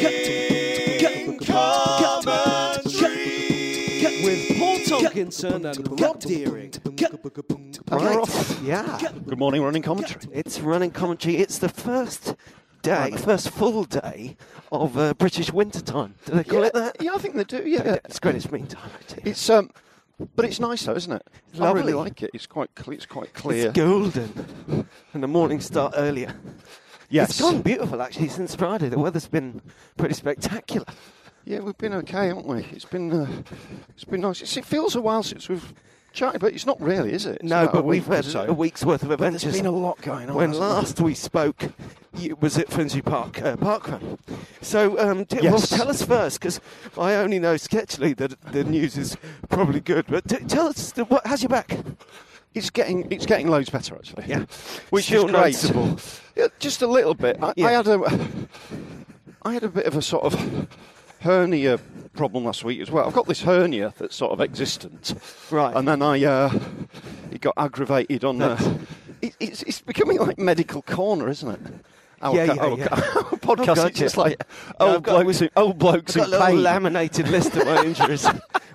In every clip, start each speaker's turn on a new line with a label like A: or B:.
A: Running commentary.
B: with Paul Tompkinson and Rob Deering.
A: Right, yeah.
B: Good morning, running commentary.
A: It's running commentary. It's the first day, first full day of uh, British wintertime. Do they call it that?
B: Yeah, I think they do. Yeah,
A: It's Greenwich Mean Time. actually.
B: it's um, but it's nice though, isn't it? I
A: lovely.
B: really like it. It's quite clear. It's quite clear.
A: It's golden. And the mornings start earlier.
B: Yes.
A: It's gone beautiful, actually, since Friday. The weather's been pretty spectacular.
B: Yeah, we've been okay, haven't we? It's been uh, it's been nice. It's, it feels a while since we've chatted, but it's not really, is it? It's
A: No,
B: about a
A: but we've
B: week or
A: had
B: so.
A: a week's worth of
B: But
A: adventures.
B: there's been a lot going on.
A: When
B: hasn't there?
A: last we spoke, it was at Finsbury Park uh, Park Run. So, um, t- well,
B: Yes.
A: tell us first, because I only know sketchily that the news is probably good. But t- tell us, the, what, how's your back?
B: It's getting it's getting loads better actually.
A: Yeah.
B: which
A: Still
B: is great.
A: noticeable.
B: Yeah, just a little bit. I,
A: Yeah.
B: I had a I had a bit of a sort of hernia problem last week as well. I've got this hernia that's sort of existent,
A: Right.
B: And then I uh, it got aggravated on. Uh,
A: That's-
B: it, it's it's becoming like medical corner, isn't it? Our,
A: Yeah,
B: ca-
A: yeah,
B: our,
A: yeah.
B: ca- our podcast
A: Gotcha.
B: it's just like
A: No, I've
B: old
A: got-
B: blokes, in, old blokes
A: I've got a little
B: in pain.
A: laminated list of my injuries.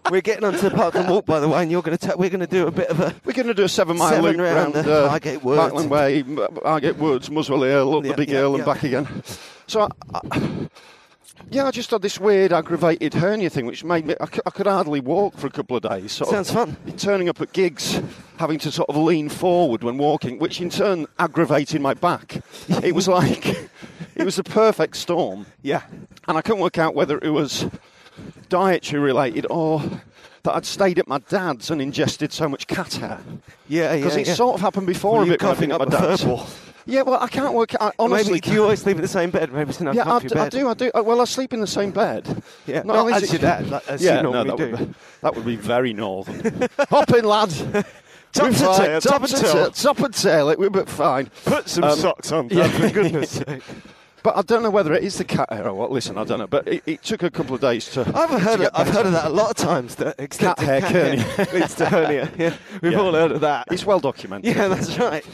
A: We're getting onto the park and walk, by the way, and you're going to ta- we're going to do a bit of a
B: We're going to do a seven mile
A: Seven
B: loop
A: round
B: round, uh,
A: the Highgate Woods.
B: Markland Way, M- Highgate Woods, Muswell Hill, up
A: Yeah,
B: the Big
A: yeah,
B: Hill,
A: yeah.
B: and back again. So, I, I, yeah, I just had this weird aggravated hernia thing, which made me I, cou- I could hardly walk for a couple of days. Sort
A: Sounds
B: of,
A: fun.
B: Turning up at gigs, having to sort of lean forward when walking, which in turn aggravated my back. it was like it was the perfect storm
A: yeah.
B: and I couldn't work out whether it was dietary related or that I'd stayed at my dad's and ingested so much cat hair.
A: Yeah, yeah,
B: Because it
A: yeah.
B: sort of happened before
A: Were
B: a
A: you
B: bit when I've been
A: coughing
B: at
A: up
B: my
A: a
B: dad's.
A: furball?
B: Yeah, well, I can't work. I honestly,
A: Maybe do you always sleep in the same bed? Maybe it's an
B: yeah, I
A: uncomfy
B: d- I
A: bed.
B: do, I do. Uh, Well, I sleep in the same bed.
A: Yeah,
B: Not
A: not
B: only is
A: as
B: it-
A: your dad, like, as you
B: yeah, no,
A: normally
B: that
A: do.
B: Would be, that would be very northern. Hop in, lad.
A: Top to
B: We're fine.
A: tail,
B: top
A: top
B: to
A: to
B: tail,
A: tail.
B: top and tail. It, we're but fine.
A: Put some
B: Um,
A: socks on,
B: yeah.
A: Dad, for goodness sake.
B: But I don't know whether it is the cat hair or what. Listen, I don't know. But it, it took a couple of days to.
A: I've heard
B: to
A: of,
B: get
A: I've
B: better.
A: heard of that a lot of times. That extended
B: hair
A: leads to hernia. Yeah, we've
B: Yeah.
A: all heard of that.
B: It's well documented.
A: yeah, that's right.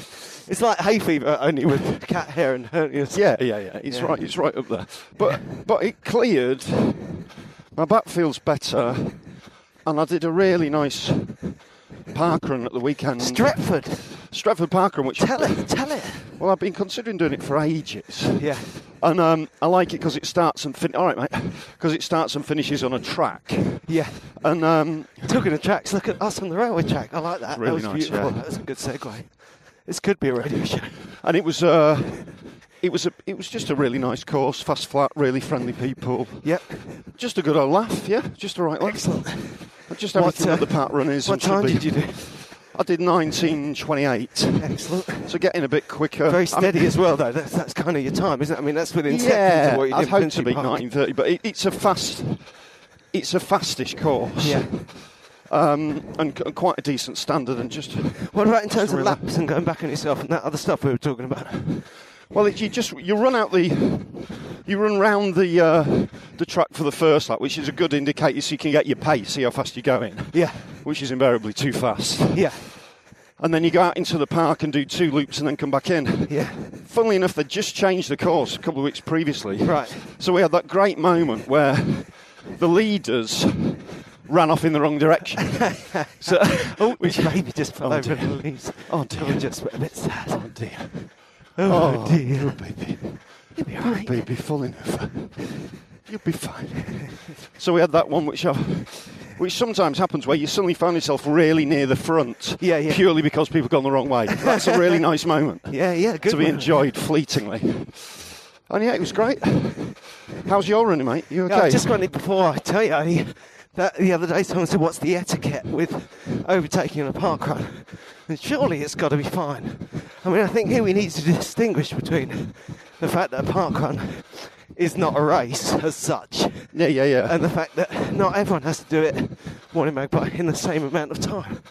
A: It's like hay fever only with cat hair and hernias.
B: Yeah, yeah, yeah. It's
A: Yeah.
B: right. It's right up there. But but it cleared. My back feels better, and I did a really nice park run at the weekend.
A: Stretford.
B: Stratford park run, which
A: Tell it. Tell it.
B: Well, I've been considering doing it for ages.
A: Yeah.
B: And um, I like it because it starts and fin- all right, mate, because it starts and finishes on a track.
A: Yeah.
B: And um,
A: Talking of tracks, look at us on the railway track. I like that. that
B: Really
A: was
B: nice,
A: beautiful.
B: yeah.
A: That was a good segue. This could be a radio show.
B: and it was uh, it was a, it was just a really nice course, fast, flat, really friendly people.
A: Yep.
B: Just a good old laugh, yeah. Just a right laugh.
A: Excellent.
B: Just
A: What,
B: everything
A: uh,
B: that the park run is.
A: What
B: and should
A: time
B: be.
A: did you do?
B: I did 19.28,
A: Excellent.
B: so getting a bit quicker.
A: Very
B: I'm-
A: steady as well, though. That's, that's kind of your time, isn't it? I mean, that's within seconds
B: yeah,
A: of what you did.
B: I'd
A: in
B: hoped to
A: Finsbury
B: be
A: Park.
B: 19.30, but it, it's a fast, it's a fastish course.
A: Yeah.
B: Um, and c- quite a decent standard, and just
A: What about in terms of
B: Sorry,
A: laps and going back on yourself and that other stuff we were talking about?
B: well, it, you just you run out the you run round the uh, the track for the first lap, which is a good indicator, so you can get your pace, see how fast you're going,
A: Yeah.
B: which is invariably too fast.
A: Yeah.
B: And then you go out into the park and do two loops, and then come back in.
A: Yeah.
B: Funnily enough, they just changed the course a couple of weeks previously.
A: Right.
B: So we had that great moment where the leaders ran off in the wrong direction. so,
A: Oh, which baby just fell
B: Oh,
A: over
B: dear.
A: the leaves.
B: Oh,
A: It
B: dear.
A: was just a bit sad.
B: Oh, dear.
A: Oh,
B: Poor
A: dear.
B: baby.
A: You'll be
B: Poor
A: alright.
B: baby falling over. You'll be fine. So we had that one, which, uh, which sometimes happens where you suddenly find yourself really near the front
A: Yeah, yeah.
B: purely because people have gone the wrong way. That's a really nice moment.
A: Yeah, yeah, good.
B: to be
A: one.
B: enjoyed fleetingly. And yeah, it was great. How's your running, mate? You
A: Yeah,
B: okay?
A: I just wanted before I tell you I, that the other day someone said, "What's the etiquette with overtaking on a park run?" And surely it's got to be fine. I mean, I think here we need to distinguish between the fact that a park run is not a race as such,
B: yeah, yeah, yeah.
A: and the fact that not everyone has to do it morning magpie in the same amount of time.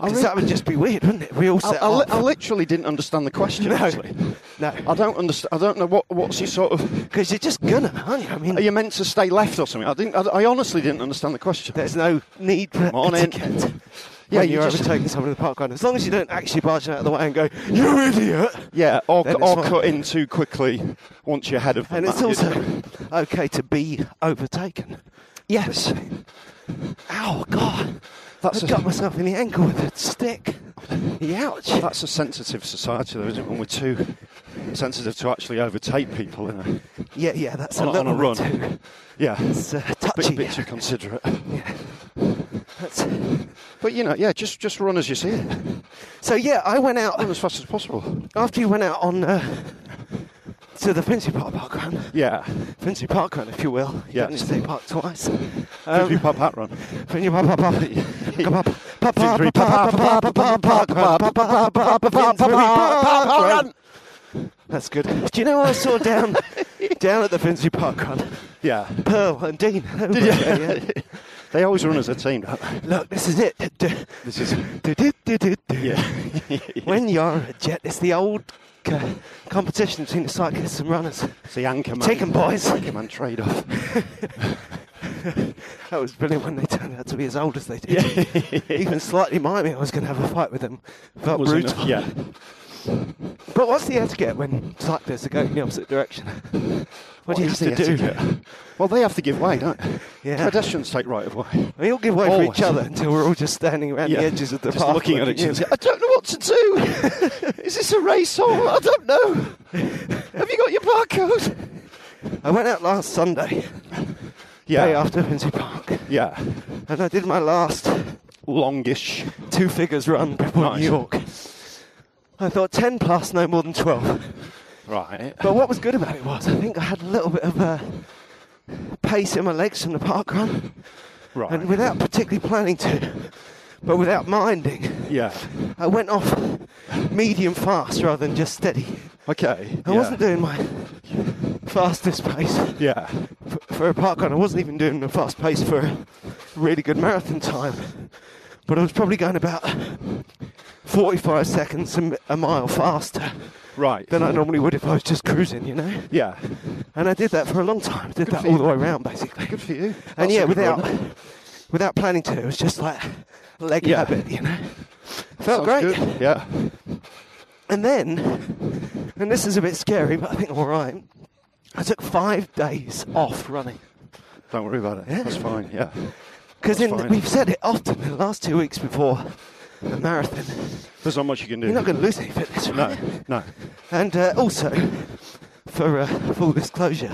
B: I
A: Because
B: re-
A: that would just be weird, wouldn't it? We all
B: I,
A: set
B: I li-
A: off.
B: I literally didn't understand the question.
A: No.
B: Actually, I
A: no,
B: don't understand. I don't know what what's your sort of.
A: because you're just gonna, aren't you? I mean,
B: Are you meant to stay left or something? I didn't. I, I honestly didn't understand the question.
A: There's no need for
B: Morning.
A: etiquette.
B: Yeah,
A: Yeah,
B: you
A: you're
B: just-
A: overtaking someone in the park run. As long as you don't actually barge out of the way and go, you idiot!
B: yeah, or,
A: Then it's
B: or
A: fine.
B: cut in too quickly once you're ahead of them.
A: And it's
B: that-
A: also okay to be overtaken.
B: yes.
A: Ow,
B: Ah,
A: God.
B: That's
A: I
B: a-
A: got myself in the ankle with a stick. Ouch.
B: That's a sensitive society, though, isn't it? When we're too sensitive to actually overtake people, you know?
A: yeah, yeah, that's
B: on,
A: a
B: a- on
A: little
B: a run.
A: bit too-
B: Yeah,
A: It's uh,
B: bit,
A: touchy.
B: bit too considerate.
A: That's-
B: But you know, yeah, just just run as you see it.
A: so, yeah, I went out,
B: Run as fast as possible.
A: after you went out on uh, to the Finchley Park park run,
B: Yeah.
A: Finchley park run, if you will. You
B: Yes.
A: don't need to say park twice.
B: Um,
A: Um,
B: pub hat run.
A: When you pop up, up. That's good. Do you know what I saw down down at the Finsbury Park run?
B: Yeah.
A: Pearl and Dean.
B: Did you? they always run as a team. Don't they?
A: Look, this is it. Du-
B: This is
A: du- du- du- du- du.
B: yeah.
A: When you're a jet, it's the old co- competition between the cyclists and runners.
B: it's the anchor man.
A: Take 'em, boys.
B: Anchor man trade off.
A: That was brilliant when they turned out to be as old as they did. Even slightly miming, I was going to have a fight with them. Felt brutal.
B: Yeah.
A: But what's the etiquette when cyclists are going in the opposite direction? What, do you have to do?
B: Well, they have to give way, don't they?
A: Yeah.
B: Pedestrians take right of way.
A: We all give way for
B: Always.
A: each other until we're all just standing around the edges of the
B: Just
A: park.
B: looking at each other. I don't know what to do. is this a race or what? I don't know. have you got your barcode?
A: I went out last Sunday,
B: Yeah.
A: day after Finsbury Park,
B: Yeah.
A: and I did my last
B: Longish.
A: two figures run before
B: Nice.
A: New York. I thought 10 plus, no more than 12.
B: Right.
A: But what was good about it was I think I had a little bit of uh, pace in my legs from the park run,
B: Right.
A: and without particularly planning to, but without minding,
B: yeah.
A: I went off medium fast rather than just steady.
B: Okay.
A: I
B: yeah.
A: wasn't doing my fastest pace
B: Yeah.
A: f- for a park run. I wasn't even doing a fast pace for a really good marathon time. But I was probably going about 45 seconds a mi- a mile faster
B: Right.
A: than I normally would if I was just cruising, you know?
B: yeah.
A: And I did that for a long time. I did that
B: for
A: all
B: you.
A: the way around, basically.
B: Good for you.
A: and
B: That's
A: yeah,
B: a good
A: without,
B: run.
A: without planning to, it was just like leg
B: Yeah.
A: habit, you know? Felt
B: Sounds
A: great.
B: good, Yeah.
A: And then, and this is a bit scary, but I think I'm all right. I took five days off running
B: Don't worry about it.
A: Yeah.
B: That's fine. Yeah.
A: because
B: That's fine.
A: we've said it often in the last two weeks before the marathon.
B: There's not much you can do.
A: You're not going to lose any fitness, right?
B: No. No.
A: And uh, also, for uh, full disclosure,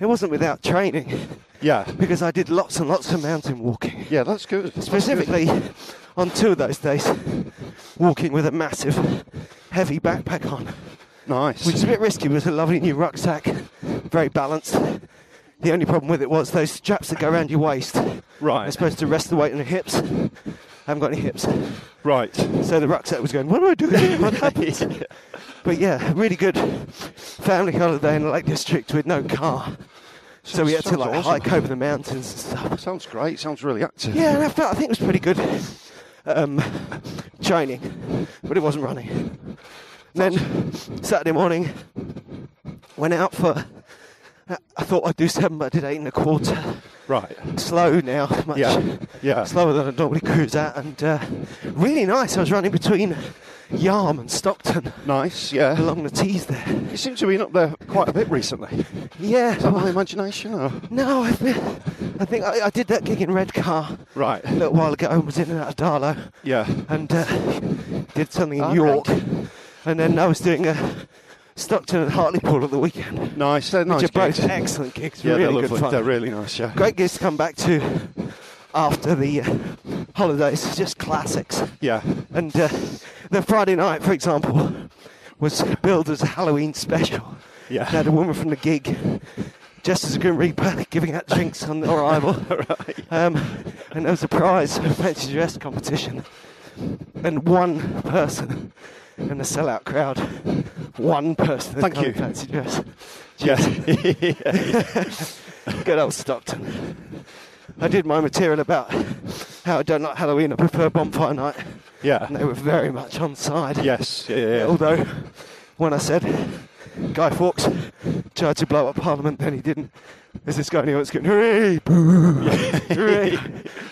A: it wasn't without training
B: Yeah.
A: because I did lots and lots of mountain walking.
B: Yeah. That's good. That's good.
A: Specifically, on two of those days, walking with a massive, heavy backpack on.
B: Nice.
A: which is a bit risky. But it was a lovely new rucksack, very balanced. The only problem with it was those straps that go around your waist.
B: Right.
A: They're supposed to rest the weight on your hips. I haven't got any hips,
B: right.
A: so the rucksack was going. What do I do? Here? What happens? But yeah, really good family holiday in the Lake District with no car, so we had to
B: Sounds
A: like
B: awesome.
A: hike over the mountains and stuff.
B: Sounds great. Sounds really active.
A: Yeah, and I felt I think it was pretty good um, training, but it wasn't running. Then Saturday morning, went out for I thought I'd do seven, but I did eight and a quarter.
B: Right.
A: Slow now, much
B: Yeah, yeah.
A: slower than I normally cruise at, and uh, really nice. I was running between Yarm and Stockton
B: Nice, yeah.
A: along the tees there.
B: You seem to have been up there quite a bit recently.
A: Yeah,
B: Is that my imagination? Or?
A: no, I think I, think I, I did that gig in Redcar
B: Right.
A: a little while ago. I was in and out of Darlow.
B: Yeah.
A: and uh, did something in
B: All
A: York.
B: right.
A: And then I was doing a Stockton and Hartlepool at the weekend.
B: Nice. They're nice.
A: Which are both
B: gigs.
A: excellent gigs.
B: Yeah,
A: really
B: they're
A: good
B: lovely.
A: fun.
B: They're really nice. Yeah.
A: Great gigs to come back to after the uh, holidays. It's just classics.
B: Yeah.
A: And uh, the Friday night, for example, was billed as a Halloween special.
B: Yeah.
A: They had a woman from the gig, just as a Grim Reaper, giving out drinks on their arrival. right. Um, and there was a prize for a fancy dress competition. And one person in the sellout crowd, one person had
B: Thank
A: done
B: you.
A: fancy dress.
B: Yeah.
A: Good old Stockton. I did my material about how I don't like Halloween, I prefer bonfire night. And they
B: yeah.
A: were very much on side.
B: Yes. Yeah. yeah, yeah.
A: Although, when I said Guy Fawkes tried to blow up Parliament, then he didn't. There's this guy in the audience going, hooray, boo, hooray,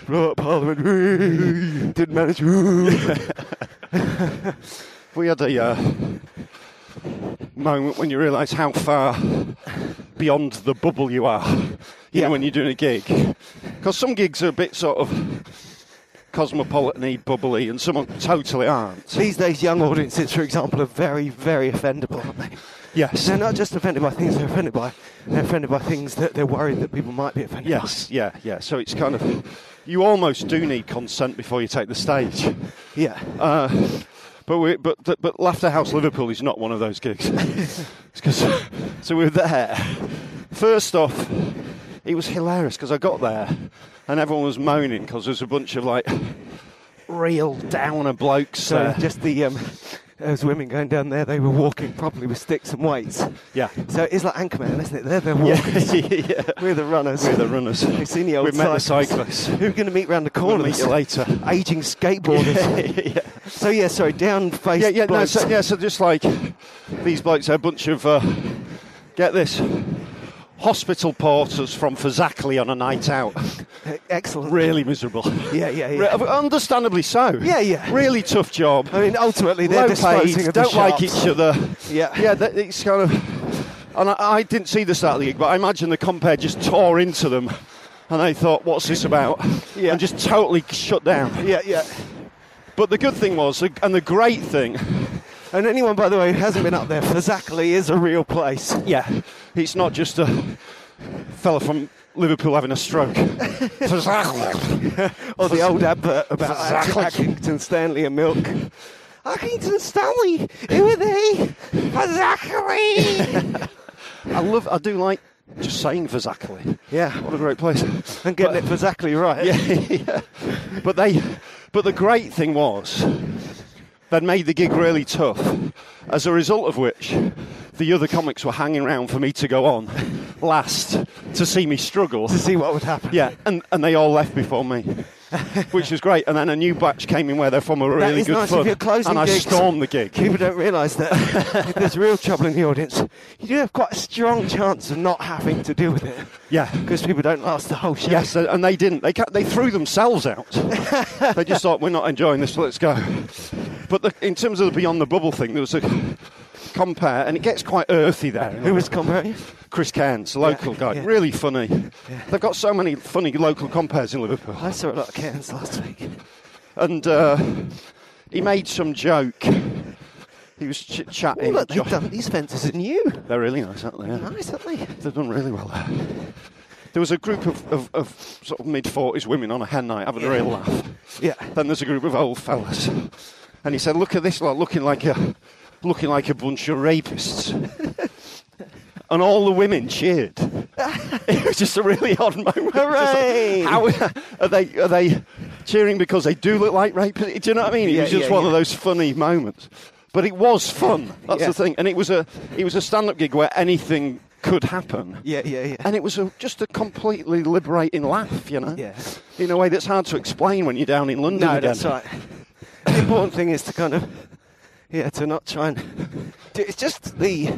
A: blow up Parliament, hooray, didn't manage, hoo."
B: We had a uh, moment when you realise how far beyond the bubble you are. You
A: Yeah.
B: know, when you're doing a gig, because some gigs are a bit sort of cosmopolitan-y, bubbly, and some are totally aren't.
A: These days, young audiences, for example, are very, very offendable, aren't they?
B: Yes.
A: They're not just offended by things they're offended by, they're offended by things that they're worried that people might be offended by.
B: Yes, yeah, yeah. So it's kind of you almost do need consent before you take the stage.
A: Yeah.
B: Uh, but we, but th- but Laughter House Liverpool is not one of those gigs. It's 'cause- so we were there. First off, it was hilarious because I got there and everyone was moaning because there's a bunch of like real downer blokes uh,
A: So
B: there.
A: just the um, those women going down there, they were walking properly with sticks and weights.
B: Yeah.
A: So it's like Anchorman, isn't it? They're the
B: yeah,
A: walkers.
B: yeah.
A: We're the runners.
B: We're the runners.
A: We've seen the old
B: We've met the
A: cyclists.
B: cyclists.
A: Who are going to meet round the corner?
B: We'll meet you later.
A: Aging skateboarders.
B: yeah.
A: So yeah, sorry, down face.
B: Yeah, yeah, no,
A: blokes.
B: so, yeah. So just like these blokes, are a bunch of uh, get this hospital porters from Fazakli on a night out.
A: E- Excellent.
B: Really miserable.
A: Yeah, yeah, yeah.
B: Re- uh, understandably so.
A: Yeah, yeah.
B: Really tough job.
A: I mean, ultimately they're
B: Low
A: disposing
B: paid,
A: of the
B: don't like
A: sharps.
B: each other.
A: Yeah.
B: yeah. That, it's kind of, and I, I didn't see the start of the gig, but I imagine the compare just tore into them, and they thought, "What's this about?"
A: Yeah.
B: and just totally shut down.
A: Yeah, yeah.
B: But the good thing was, and the great thing,
A: And anyone, by the way, who hasn't been up there, Fazakerly is a real place.
B: Yeah, it's not just a fella from Liverpool having a stroke.
A: Or the old advert about
B: Fazakerly.
A: Ackington Stanley and milk. Ackington Stanley, who are they? Fazakerly.
B: I love, I do like just saying Fazakli.
A: Yeah.
B: what a great place.
A: and getting it Fazakerly right.
B: Yeah, yeah. but they, but the great thing was, that made the gig really tough. As a result of which, the other comics were hanging around for me to go on last to see me struggle.
A: To see what would happen.
B: Yeah, and, and they all left before me, which was great. And then a new batch came in where they're from were
A: That
B: really
A: is
B: good
A: nice. If
B: fun.
A: you're closing
B: and I
A: gigs-
B: stormed the gig.
A: People don't realise that if there's real trouble in the audience, you do have quite a strong chance of not having to deal with it.
B: Yeah.
A: Because people don't last the whole show.
B: Yes, and they didn't. They ca they threw themselves out. they just thought we're not enjoying this. Let's go. But the, in terms of the beyond the bubble thing, there was a compare, and it gets quite earthy there.
A: Who was comparing?
B: Chris Cairns, local guy,
A: yeah.
B: really funny. They've got so many funny local compares in Liverpool.
A: I saw a lot of cans last week.
B: and uh, he made some joke. He was chit
A: Oh,
B: chatting.
A: look, they've done these fences in you.
B: They're really nice, aren't they? Yeah.
A: Nice, aren't they?
B: They've done really well there. There was a group of, of, of sort of mid 40s women on a hen night having a real laugh.
A: Yeah.
B: Then there's a group of old fellas. And he said, Look at this lot looking like a, looking like a bunch of rapists. and all the women cheered. it was just a really odd moment.
A: Hooray!
B: Just like, how are they, are they cheering because they do look like rapists? Do you know what I mean? It
A: Yeah,
B: was just
A: yeah,
B: one of
A: yeah.
B: those funny moments. But it was fun. That's
A: Yeah.
B: the thing. And it was a it was a stand up gig where anything could happen.
A: Yeah, yeah, yeah.
B: And it was a, just a completely liberating laugh, you know?
A: Yeah.
B: In a way that's hard to explain when you're down in London
A: no,
B: again.
A: that's right. The important thing is to kind of, yeah, to not try and. It's just the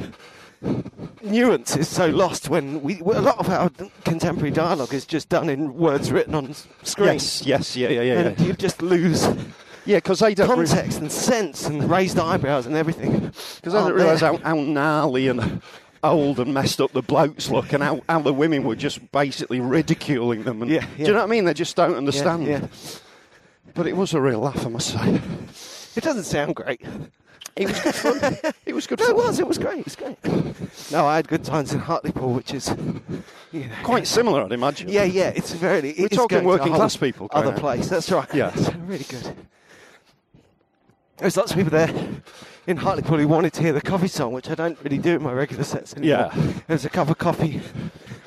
A: nuance is so lost when we well, a lot of our contemporary dialogue is just done in words written on s- screen.
B: Yes, yes, yeah, yeah, yeah.
A: and
B: Yeah,
A: you just lose
B: yeah, because they don't. re-
A: context and sense and raised eyebrows and everything. Oh,
B: Because I
A: aren't
B: didn't realise
A: there.
B: how, how gnarly and old and messed up the blokes look and how, how the women were just basically ridiculing them. And,
A: Yeah,
B: Do
A: yeah.
B: you know what I mean? They just don't
A: Yeah,
B: understand.
A: yeah.
B: But it was a real laugh, I must say.
A: It doesn't sound great.
B: It was good fun. it was good
A: No,
B: fun.
A: it was. It was great. It was great. No, I had good times in Hartlepool, which is, you know,
B: Quite similar, I'd imagine.
A: yeah, yeah. It's very.
B: We're
A: it's
B: talking
A: going to a
B: working class
A: whole
B: people, going
A: Other
B: out.
A: place. That's right.
B: Yeah.
A: It's really good. There's lots of people there in Hartlepool who wanted to hear the coffee song, which I don't really do in my regular sets anymore.
B: Yeah.
A: There's a cup of coffee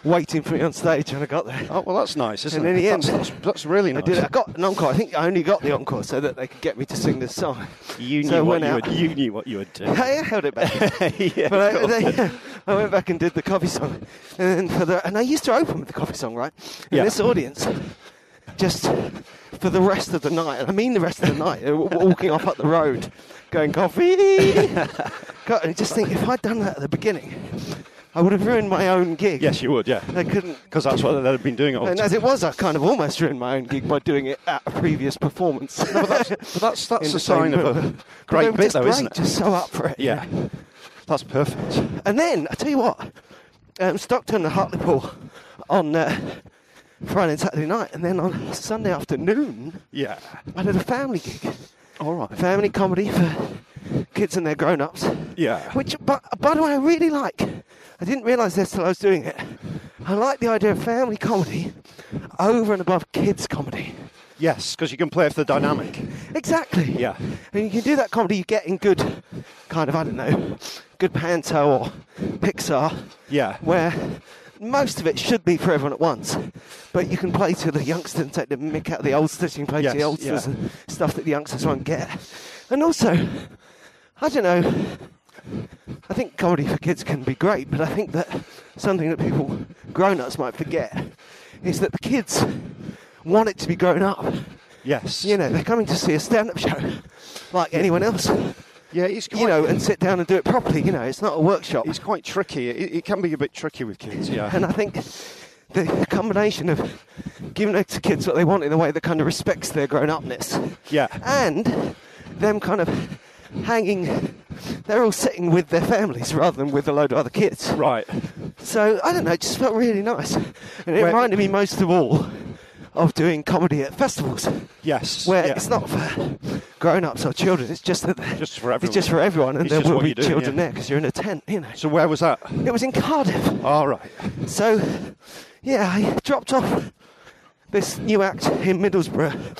A: waiting for me on stage when I got there.
B: Oh, well, that's nice, isn't
A: And
B: it?
A: in the end-
B: that's, that's, that's really
A: I
B: nice.
A: did. I got an encore. I think I only got the encore so that they could get me to sing this song.
B: You knew,
A: So I
B: what
A: went
B: you,
A: out.
B: would, you knew what you would do.
A: I held it back.
B: yeah,
A: but I,
B: cool.
A: they, I went back and did the coffee song, and then for the, and I used to open with the coffee song, right? And
B: Yeah.
A: this audience, just for the rest of the night, and I mean the rest of the night, they were walking off up the road, going coffee. God, I just think if I'd done that at the beginning, I would have ruined my own gig.
B: Yes, you would, yeah.
A: I couldn't.
B: Because that's what they'd been doing all the
A: And
B: time.
A: as it was, I kind of almost ruined my own gig by doing it at a previous performance.
B: But that's, but that's,
A: In
B: that's
A: the
B: a sign
A: same
B: of a
A: room.
B: great
A: But
B: bit,
A: they
B: though,
A: were just
B: isn't
A: great,
B: it?
A: Just so up for it.
B: Yeah. That's perfect.
A: And then, I tell you what, um, Stockton and Hartlepool on uh, Friday and Saturday night, and then on Sunday afternoon,
B: Yeah.
A: I did a family gig.
B: All right.
A: Family comedy for kids and their grown ups.
B: Yeah.
A: Which, by, by the way, I really like. I didn't realise this till I was doing it. I like the idea of family comedy over and above kids' comedy.
B: Yes, because you can play for the dynamic.
A: Exactly.
B: Yeah.
A: And you can do that comedy you get in good, kind of, I don't know, good Panto or Pixar.
B: Yeah.
A: Where most of it should be for everyone at once. But you can play to the youngsters and take the mick out of the oldsters. You can play
B: Yes,
A: to the oldsters
B: yeah.
A: and stuff that the youngsters won't get. And also, I don't know, I think comedy for kids can be great, but I think that something that people, grown ups, might forget is that the kids want it to be grown up
B: Yes.
A: you know, they're coming to see a stand-up show, like anyone else,
B: Yeah, it's quite,
A: you know, and sit down and do it properly. You know, it's not a workshop.
B: it's quite tricky. It, it can be a bit tricky with kids. Yeah.
A: And I think the combination of giving it to kids what they want in a way that kind of respects their grown-upness,
B: Yeah.
A: and them kind of hanging. They're all sitting with their families rather than with a load of other kids.
B: right.
A: So I don't know, it just felt really nice, and it
B: Where-
A: reminded me most of all of doing comedy at festivals.
B: Yes.
A: where
B: yeah.
A: it's not for grown-ups or children. It's just that
B: Just for
A: It's just for everyone, and
B: It's
A: there
B: just
A: will
B: what
A: be
B: you do, yeah.
A: children there there because you're in a tent, you know.
B: So where was that?
A: It was in Cardiff,
B: All right.
A: so yeah, I dropped off this new act in Middlesbrough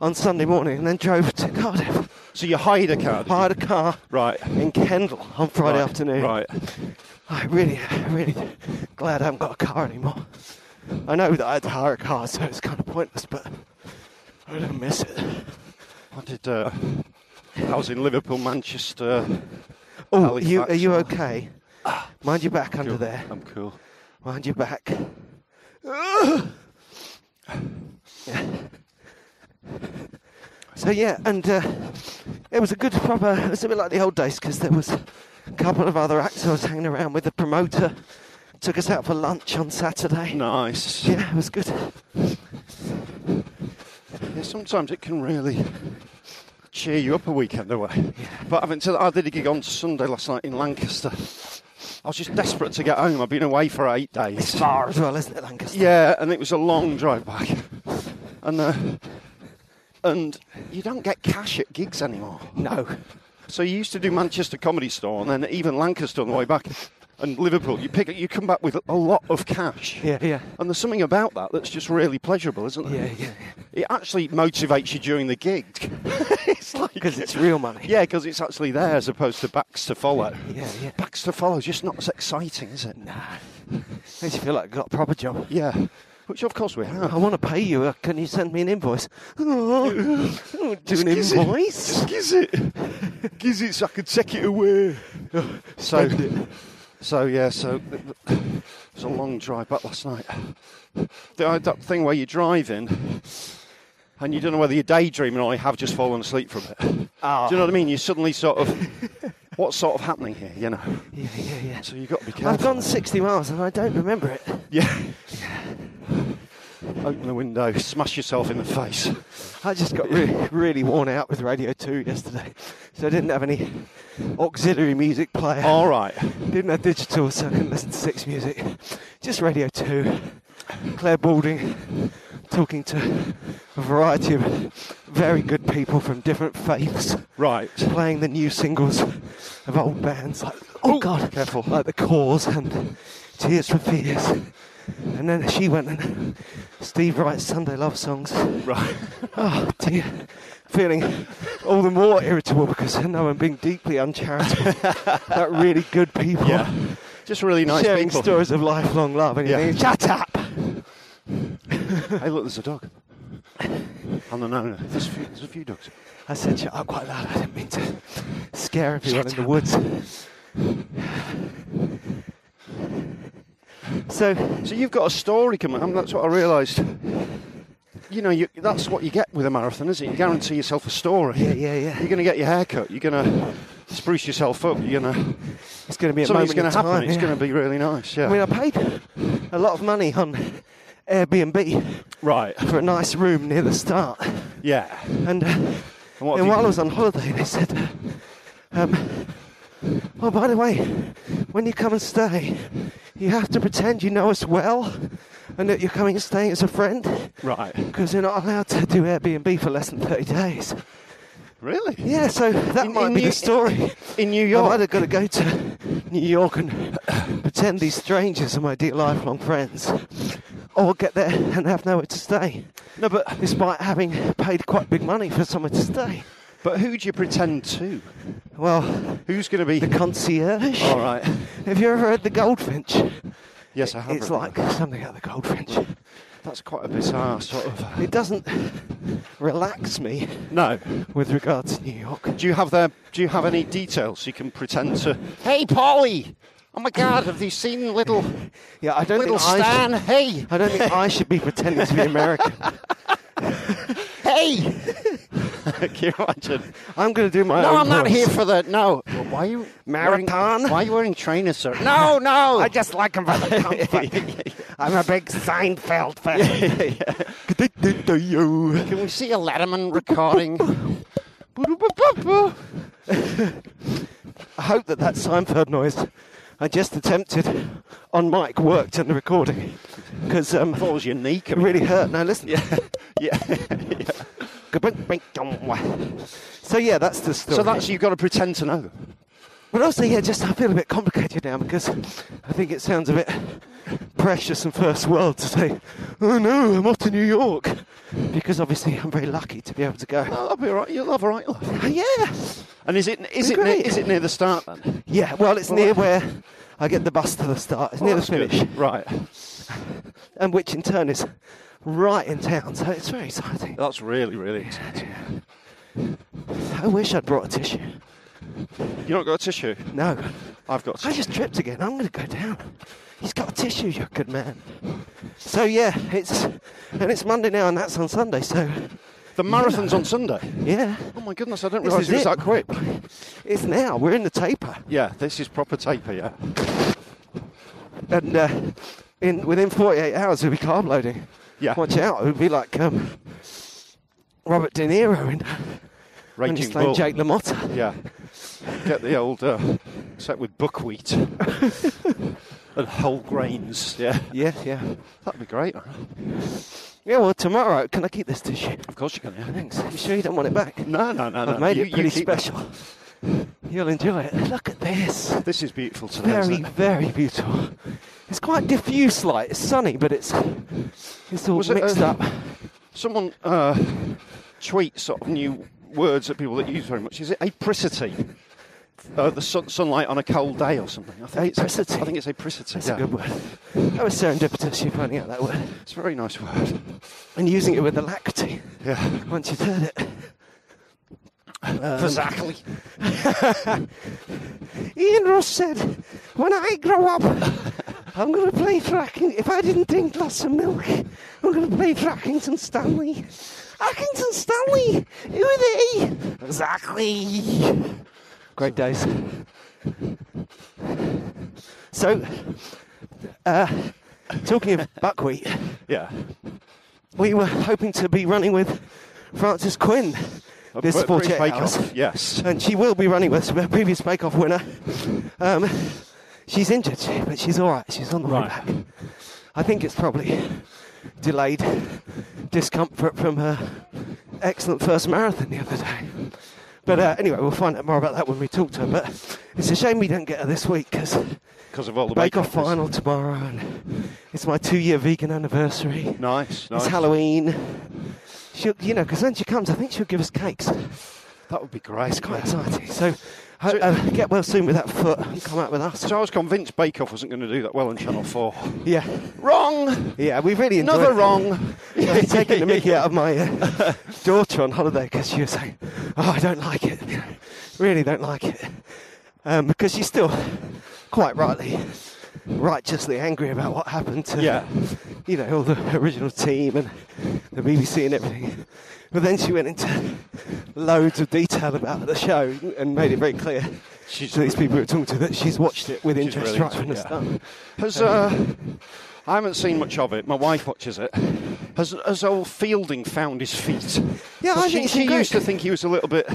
A: on Sunday morning, and then drove to Cardiff.
B: So you hide a card.
A: Hired a car
B: Right.
A: in Kendal on Friday
B: right.
A: afternoon.
B: Right.
A: I really, really glad I haven't got a car anymore. I know that I had to hire a car, so it's kind of pointless, but I don't miss it.
B: I did. Uh, I was in Liverpool, Manchester.
A: Oh, are
B: Halifax.
A: you, are you okay? Mind your back under
B: Cool.
A: there.
B: I'm cool.
A: Mind your back. so yeah, and uh, it was a good proper. It was a bit like the old days because there was a couple of other actors I was hanging around with. The promoter took us out for lunch on Saturday.
B: Nice.
A: Yeah, it was good.
B: Yeah, sometimes it can really cheer you up a weekend away. But having said that, I did a gig on Sunday last night in Lancaster. I was just desperate to get home. I've been away for eight days.
A: It's far as well, isn't it, Lancaster?
B: Yeah, and it was a long drive back, and uh, and you don't get cash at gigs anymore.
A: No.
B: So you used to do Manchester Comedy Store, and then even Lancaster on the way back, and Liverpool. You pick, you come back with a lot of cash.
A: Yeah, yeah.
B: And there's something about that that's just really pleasurable, isn't
A: Yeah,
B: there?
A: yeah.
B: It actually motivates you during the gig. it's like
A: Because it's real money.
B: yeah, because it's actually there as opposed to backs to follow.
A: Yeah, yeah.
B: Backs to follow is just not as exciting, is it? No.
A: Makes you feel like I got a proper job.
B: Yeah, which of course we have.
A: I want to pay you. uh, Can you send me an invoice? Oh, oh, do an
B: Excuse it.
A: invoice?
B: Giz it. Giz it so I could take it away. So, so yeah, so th- th- it was a long drive back last night. The, uh, that thing where you're driving and you Ah. don't know whether you're daydreaming or you have just fallen asleep from it. Do you know what I mean? You suddenly sort of what's sort of happening here, you know?
A: Yeah, yeah, yeah.
B: So you've got to be careful.
A: I've gone 60 miles and I don't remember it.
B: Yeah. Open the window, smash yourself in the face.
A: I just got really, really worn out with Radio 2 yesterday, so I didn't have any auxiliary music player.
B: All right.
A: Didn't have digital, so I couldn't listen to six music. Just Radio 2. Claire Balding talking to a variety of very good people from different faiths,
B: Right.
A: playing the new singles of old bands like Oh God,
B: careful.
A: like The Cause and Tears for Fears. And then she went and Steve writes Sunday Love songs.
B: Right.
A: Oh dear. Feeling all the more irritable because I know I'm being deeply uncharitable. that really good people
B: Yeah. Just really nice
A: sharing
B: people.
A: stories of lifelong love. And you
B: Yeah.
A: think, shut up!
B: Hey, look, there's a dog. Oh, no, no, no. There's a few, there's a few dogs.
A: I said, shut up quite loud. I didn't mean to scare everyone
B: Shut
A: in the
B: up.
A: woods. So,
B: So you've got a story coming. I mean, that's what I realised. You know, you, that's what you get with a marathon, isn't it? You guarantee yourself a story.
A: yeah, yeah, yeah.
B: You're going to get your hair cut. You're going to spruce yourself up. You're going to.
A: It's going to be a
B: Something's
A: moment
B: going
A: in
B: to happen.
A: time,
B: It's
A: yeah.
B: going to be really nice. Yeah.
A: I mean, I paid a lot of money on Airbnb
B: right.
A: for a nice room near the start.
B: Yeah.
A: And, uh,
B: what have
A: and
B: you-
A: while I was on holiday, they said, uh, um, "Oh, by the way, when you come and stay, you have to pretend you know us well, and that you're coming and staying as a friend,
B: Right.
A: because you're not allowed to do Airbnb for less than 30 days."
B: Really?
A: Yeah, so that
B: In-
A: might
B: in
A: be
B: New-
A: the story.
B: In New
A: I've
B: York.
A: either got to go to New York and pretend these strangers are my dear lifelong friends, or get there and have nowhere to stay,
B: No, but
A: despite having paid quite big money for somewhere to stay.
B: but who do you pretend to?
A: Well,
B: Who's going to be?
A: the concierge.
B: All right.
A: Have you ever heard the goldfinch?
B: Yes, I have.
A: It's
B: remembered.
A: like something out of the goldfinch.
B: that's quite a bizarre sort of. uh,
A: It doesn't relax me
B: No.
A: with regard to New York.
B: Do you have their? Do you have any details you can pretend to? Hey, Polly! Oh my God! Have you seen little
A: Yeah, I don't
B: little
A: think I.
B: Stan?
A: Should,
B: Hey,
A: I don't think I should be pretending to be American.
B: hey! can you imagine?
A: I'm going to do my
B: No,
A: own.
B: I'm not
A: voice.
B: here for the no. why are you
A: Marathon?
B: Wearing, why are you wearing trainers, sir? No, no.
A: I just like him for the comfort. I'm a big Seinfeld fan.
B: do you. Can we see a Letterman recording?
A: I hope that that Seinfeld noise I just attempted on mic worked in the recording because um,
B: That was unique.
A: it really hurt. Now listen.
B: yeah.
A: So yeah, that's the story.
B: So that's you've got to pretend to know.
A: But also, yeah, just I feel a bit complicated now because I think it sounds a bit precious and first world to say, "Oh no, I'm off to New York," because obviously I'm very lucky to be able to go.
B: Oh, that'll be all right. You'll have all right, love.
A: Oh, yeah,
B: And is it is it near,
A: Great.
B: is it near the start then?
A: yeah. Well, it's near where I get the bus to the start. It's near the
B: That's good.
A: finish,
B: Right.
A: and which in turn is right in town. So it's very exciting.
B: That's really really exciting.
A: I wish I'd brought a tissue.
B: You not got a tissue?
A: No,
B: I've got. A
A: I
B: tissue.
A: just tripped again. I'm going to go down. He's got a tissue. You're a good man. So yeah, it's and it's Monday now, and that's on Sunday. So
B: The marathon's on Sunday.
A: yeah.
B: Oh my goodness! I didn't
A: This
B: realise
A: is
B: it was
A: it.
B: that quick.
A: It's now. We're in the taper,
B: Yeah, this is proper taper. Yeah.
A: and uh, in within 48 hours we'll be carb loading.
B: Yeah.
A: Watch out! It'll be like um, Robert De Niro in when he's
B: Raging
A: playing
B: bull.
A: Jake LaMotta.
B: Yeah. Get the old uh, set with buckwheat and whole grains. Yeah.
A: Yeah, yeah.
B: That'd be great.
A: Yeah. Well, tomorrow can I keep this tissue?
B: Of course you can. Yeah.
A: Thanks. You sure you don't want it back?
B: No, no, no, no.
A: I've made
B: You-
A: it
B: you
A: pretty
B: keep that.
A: special. You'll enjoy it. Look at this.
B: This is beautiful today.
A: Very,
B: isn't it?
A: very beautiful. It's quite diffuse light. It's sunny, but it's it's all
B: Was it,
A: mixed
B: uh,
A: up.
B: Someone uh, tweets sort of new words that people that use very much. Is it apricity? Uh, the sun, sunlight on a cold day or something. I think It's,
A: Apricity.
B: I think it's apricity.
A: That's
B: yeah.
A: a good word. That was serendipitous. You finding out that word
B: It's a very nice word.
A: and using it with alacrity
B: Yeah.
A: once you've heard it.
B: exactly.
A: Ian Rush said, "When I grow up, I'm going to play fracking. If I didn't drink lots of milk, I'm going to play Frackington Stanley. Frackington Stanley, who are they? Exactly. Great days. So, uh, talking of buckwheat,
B: Yeah.
A: we were hoping to be running with Frances Quinn
B: A
A: this
B: Br- British
A: forty-eight
B: Bake
A: hours,
B: Off, Yes.
A: and she will be running with us. We're a previous Bake Off winner. Um, she's injured, but she's all right. She's on the way
B: Right.
A: back. I think it's probably delayed discomfort from her excellent first marathon the other day. But uh, anyway, we'll find out more about that when we talk to her. But it's a shame we don't get her this week because
B: Because of all the
A: Bake Off
B: Offs.
A: final tomorrow, and it's my two-year vegan anniversary.
B: Nice. nice.
A: It's Halloween. She'll, you know, because when she comes, I think she'll give us cakes.
B: That would be great.
A: It's quite
B: yeah.
A: exciting. So, ho-
B: So-
A: uh, get well soon with that foot. and Come out with us.
B: So I was convinced Bake Off wasn't going to do that well on Channel 4.
A: Yeah,
B: Wrong!
A: yeah. We really enjoyed
B: Another
A: it.
B: wrong.
A: I've taken the mickey out of my uh, daughter on holiday because she was saying, "Oh, I don't like it. You know, really don't like it," um, because she's still quite rightly, righteously angry about what happened to,
B: Yeah.
A: you know, all the original team and the BBC and everything. But then she went into loads of detail about the show and made it very clear
B: She's
A: to these people who were talking to that she's watched it with
B: She's
A: interest
B: really
A: right from the
B: into it,
A: start.
B: yeah. Has, uh, I haven't seen much of it. My wife watches it. Has, has old Fielding found his feet?
A: Yeah, I
B: she,
A: think he's
B: she
A: great.
B: used to think he was a little bit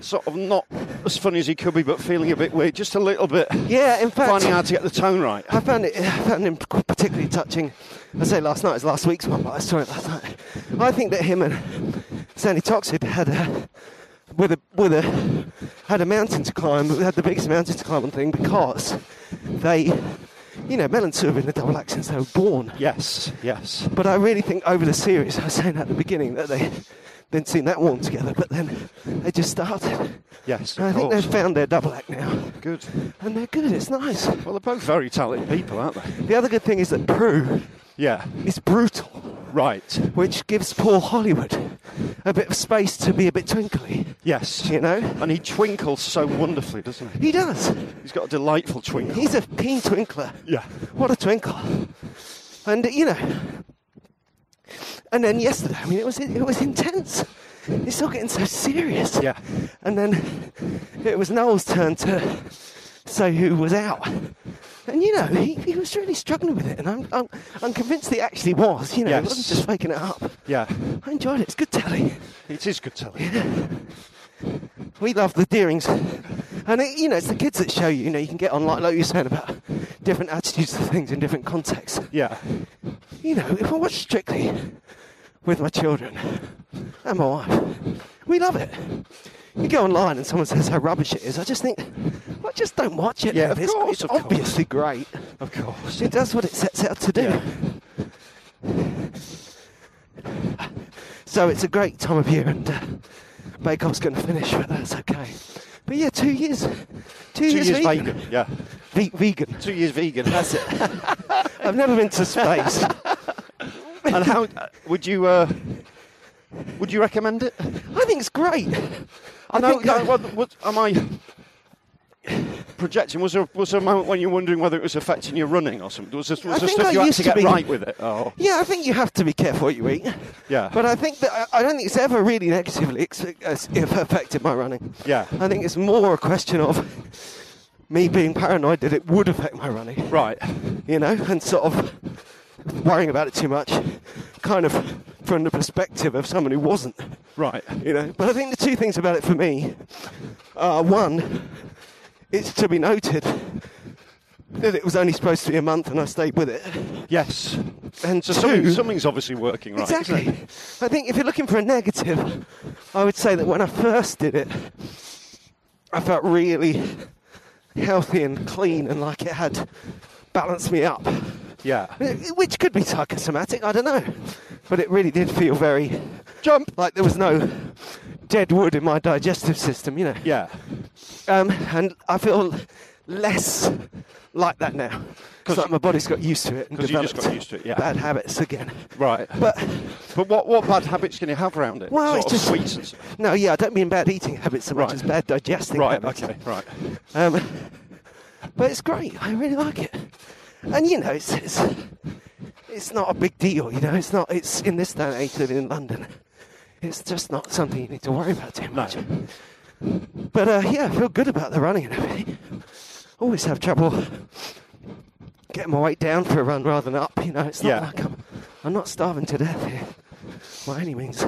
B: sort of not as funny as he could be, but feeling a bit weird, just a little bit.
A: Yeah, in fact-
B: finding hard to get the tone right.
A: I found it. I found him particularly touching. I say last night it was last week's one, but I saw it last night. I think that him and Sandy Toxid had a with a with a had a mountain to climb. Had the biggest mountain to climb on thing because they, you know, Mel and Sue have been the double act since they were born.
B: Yes, yes.
A: But I really think over the series, I was saying at the beginning that they didn't seem that warm together, but then they just started.
B: Yes,
A: And I
B: of
A: think
B: course.
A: they've found their double act now,
B: Good.
A: and they're good. It's nice.
B: Well, they're both very talented people, aren't they?
A: The other good thing is that Prue
B: Yeah.
A: is brutal.
B: Right.
A: which gives Paul Hollywood a bit of space to be a bit twinkly,
B: Yes.
A: you know?
B: And he twinkles so wonderfully, doesn't he?
A: He does.
B: He's got a delightful twinkle.
A: He's a keen twinkler.
B: yeah.
A: What a twinkle. And, you know, and then yesterday, I mean, it was, it was intense. It's all getting so serious.
B: Yeah.
A: And then it was Noel's turn to say who was out. And, you know, he, he was really struggling with it. And I'm, I'm, I'm convinced he actually was. You know, he
B: Yes.
A: wasn't just faking it up.
B: Yeah.
A: I enjoyed it. It's good telly.
B: It is good telling.
A: We love the Deerings. And, it, you know, it's the kids that show you, you know, you can get on, like, like you were saying about different attitudes to things in different contexts.
B: Yeah.
A: You know, if I watch Strictly with my children and my wife, we love it. You go online and someone says how rubbish it is, I just think, well, just don't watch it.
B: Yeah,
A: man.
B: of
A: it's,
B: course,
A: it's
B: of course.
A: obviously great.
B: Of course.
A: It does what it sets out to do.
B: Yeah.
A: So it's a great time of year, and uh, Bake Off's going to finish, but that's okay. But yeah, two years, two,
B: Two
A: years,
B: years
A: vegan.
B: vegan. Yeah.
A: Ve- vegan.
B: Two years vegan. That's it.
A: I've never been to space.
B: and how would you? Uh, would you recommend it?
A: I think it's great. I
B: No,
A: think
B: no, what, what, am I projecting? Was there was there a moment when you were wondering whether it was affecting your running or something? Was there,
A: I
B: was there
A: think
B: stuff
A: I
B: you had
A: used
B: to
A: to
B: get
A: be-
B: right with it? Oh,
A: Yeah, I think you have to be careful what you eat.
B: Yeah.
A: But I think that I, I don't think it's ever really negatively ex- as- if affected my running.
B: Yeah.
A: I think it's more a question of me being paranoid that it would affect my running,
B: right.
A: you know, and sort of worrying about it too much, kind of from the perspective of someone who wasn't,
B: Right.
A: you know. But I think the two things about it for me are one, it's to be noted that it was only supposed to be a month and I stayed with it.
B: Yes.
A: And
B: So
A: two,
B: something, something's obviously working right. isn't
A: Exactly.
B: it?
A: I think if you're looking for a negative, I would say that when I first did it, I felt really healthy and clean and like it had balanced me up,
B: Yeah.
A: which could be psychosomatic, I don't know. But it really did feel very jump, like there was no dead wood in my digestive system, you know.
B: Yeah.
A: Um, and I feel less like that now. Because
B: 'Cause
A: like
B: you-
A: my body's got used to it and
B: 'cause you just
A: developed
B: got used to it, yeah.
A: bad habits again.
B: Right.
A: But
B: But what, what bad habits can you have around it?
A: Well,
B: Sort
A: it's
B: of
A: just
B: sweets and stuff.
A: No, yeah, I don't mean bad eating habits so much
B: Right.
A: as bad digesting
B: Right.
A: habits.
B: Okay. Right.
A: Um, but it's great. I really like it. And you know, it's, it's it's not a big deal. You know, it's not. It's in this day and age living in London. It's just not something you need to worry about too much. But uh, yeah, I feel good about the running and everything. Always have trouble getting my weight down for a run rather than up. You know, it's not
B: Yeah.
A: like I'm, I'm not starving to death here by any means.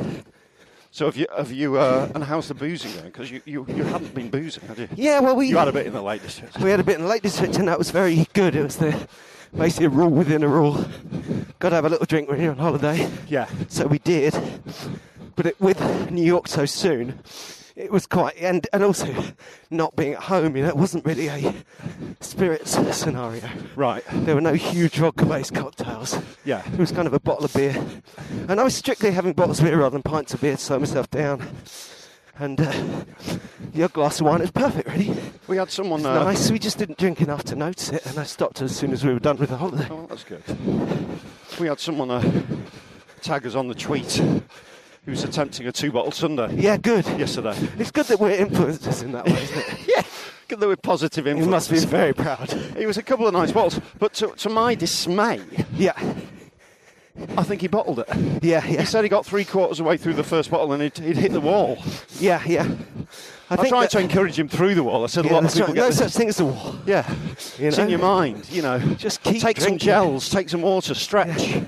B: So have you? Have you? Uh, and how's the boozing going? Because you, you, you hadn't been boozing, had you?
A: Yeah, well, we
B: You had a bit in the late district.
A: we had a bit in the Lake District, and that was very good. It was the basically a rule within a rule. Got to have a little drink when you're on holiday.
B: Yeah.
A: So we did, but it, with New York so soon, it was quite and and also not being at home. You know, it wasn't really a spirits scenario.
B: Right.
A: There were no huge vodka-based cocktails.
B: Yeah.
A: It was kind of a bottle of beer, and I was strictly having bottles of beer rather than pints of beer to slow myself down. And uh, your glass of wine is perfect, really.
B: We had someone.
A: It's
B: Uh,
A: nice. We just didn't drink enough to notice it, and I stopped as soon as we were done with the holiday.
B: Oh, well, that's good. We had someone uh, tag us on the tweet who was attempting a two-bottle Sunday
A: Yeah, good.
B: yesterday.
A: It's good that we're influencers in that way, isn't it?
B: Yeah, good that we're positive
A: You must
B: influence.
A: be very proud.
B: It was a couple of nice bottles, but to, to my dismay,
A: Yeah,
B: I think he bottled it.
A: yeah, yeah,
B: He said he got three quarters of the way through the first bottle and he'd, he'd hit the wall.
A: yeah, yeah.
B: I, tried
A: that-
B: to encourage him through the wall. I said
A: Yeah,
B: a lot of
A: that's
B: people
A: right.
B: get
A: No
B: this-
A: such thing as a war.
B: Yeah,
A: You
B: it's
A: know?
B: in your mind, you know.
A: Just keep
B: take some
A: drinking.
B: gels, take some water, stretch.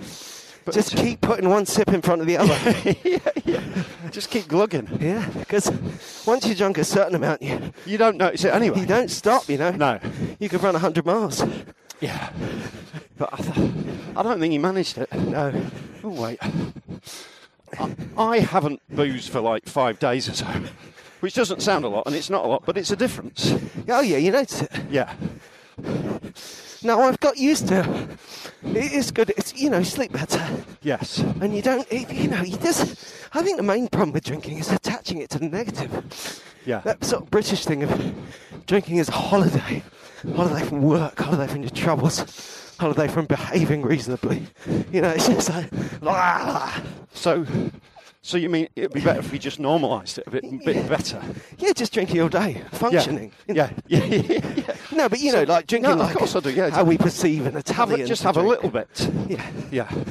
B: But
A: Just keep putting one sip in front of the other.
B: just keep glugging.
A: yeah, because once you drink a certain amount, you
B: You don't notice it anyway.
A: you don't stop. You know.
B: No.
A: You could run hundred miles.
B: Yeah.
A: But uh, I th-
B: I don't think he managed it.
A: no.
B: Oh, wait. I, I haven't boozed for like five days or so, which doesn't sound a lot, and it's not a lot, but it's a difference.
A: Oh yeah, you notice it.
B: Yeah.
A: No, I've got used to. It is good. It's you know sleep better.
B: Yes.
A: and you don't, it, you know, you just. I think the main problem with drinking is attaching it to the negative.
B: Yeah.
A: That sort of British thing of drinking is a holiday, holiday from work, holiday from your troubles, holiday from behaving reasonably. You know, it's just like, ah.
B: So, so you mean it'd be better if we just normalised it a bit, bit better?
A: yeah, just drinking all day, functioning.
B: Yeah. Yeah. yeah.
A: No, but you know, like drinking,
B: no, of
A: like
B: course I do, yeah.
A: how we perceive an
B: Have
A: Italian.
B: a, just
A: to
B: have a
A: drink.
B: little bit.
A: Yeah.
B: Yeah.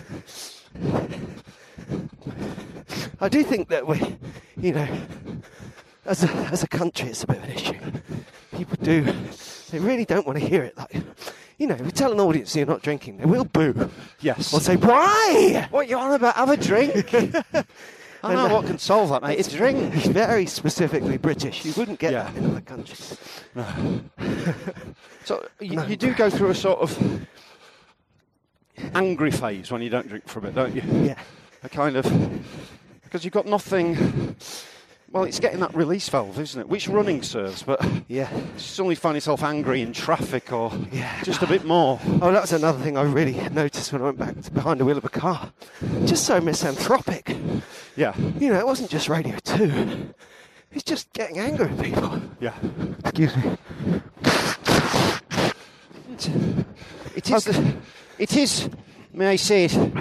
A: I do think that we, you know, as a, as a country, it's a bit of an issue. People do, they really don't want to hear it. Like, you know, if you tell an audience you're not drinking, they will boo.
B: Yes.
A: Or say, why?
B: what you on about? Have a drink. I know
A: And, uh,
B: what can solve that, mate. It's drink.
A: It's very specifically British. You wouldn't get
B: Yeah.
A: that in other countries.
B: So you, you do go through a sort of angry phase when you don't drink for a bit, don't you?
A: Yeah.
B: A kind of because you've got nothing. Well, it's getting that release valve, isn't it? Which running serves, but
A: Yeah.
B: you suddenly find yourself angry in traffic or
A: Yeah.
B: just a bit more.
A: Oh, that was another thing I really noticed when I went back to behind the wheel of a car. Just so misanthropic.
B: Yeah,
A: You know, it wasn't just Radio 2. It's just getting angry at people.
B: yeah.
A: Excuse me.
B: It is. The, it is. May I say it?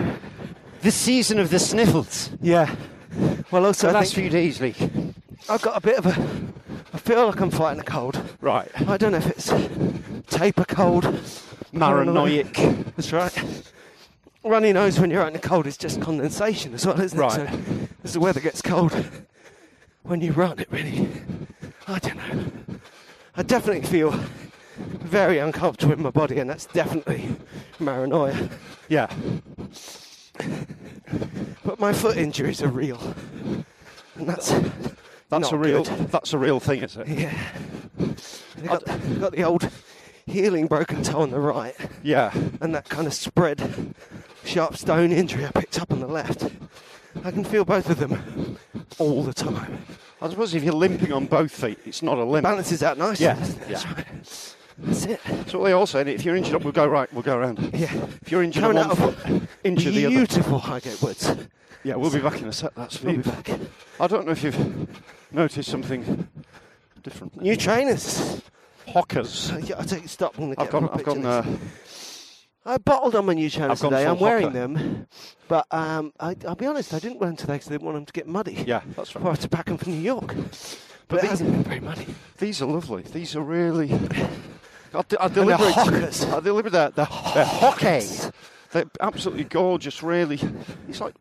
B: The season of the sniffles.
A: Yeah. Well, also, I
B: last
A: think
B: few days, Lee.
A: I've got a bit of a. I feel like I'm fighting a cold.
B: Right.
A: I don't know if it's taper cold,
B: Maranoic.
A: That's right. Runny nose when you're out in the cold is just condensation as well, isn't
B: Right.
A: it? So as the weather gets cold, when you run, it really. I don't know. I definitely feel very uncomfortable in my body, and that's definitely maranoia.
B: Yeah.
A: But my foot injuries are real, and that's
B: That's
A: not
B: a real.
A: good.
B: That's a real thing, is it?
A: Yeah. They got, the, got the old healing broken toe on the right
B: Yeah.
A: and that kind of spread sharp stone injury I picked up on the left. I can feel both of them all the time.
B: I suppose if you're limping on both feet, it's not a limp.
A: Balances out nicely.
B: Yeah,
A: doesn't it?
B: yeah.
A: That's, right. That's it.
B: That's what they all say. and If you're injured up, we'll go right. We'll go around.
A: Yeah.
B: If you're injured on
A: Coming
B: one
A: out of
B: foot, injure the other.
A: beautiful Highgate Woods.
B: Yeah, we'll be back in a sec. That's
A: We'll
B: you.
A: be back.
B: I don't know if you've noticed something different.
A: New trainers.
B: hockers.
A: I take stop when they
B: I've
A: get
B: gone.
A: proper
B: I've gone.
A: picture.
B: Uh,
A: I bottled on my new channel
B: I've gone
A: today.
B: full
A: I'm wearing
B: hopper.
A: them, but um, I, I'll be honest, I didn't wear them today because I didn't want them to get muddy.
B: Yeah, that's right.
A: Or I have to pack them for New York. But, it
B: these-
A: hasn't been very muddy.
B: these are lovely. These are really. I, d- I
A: they're
B: deliberate.
A: hockers.
B: I deliberate. They're, they're, they're hockey. They're absolutely gorgeous. Really, it's like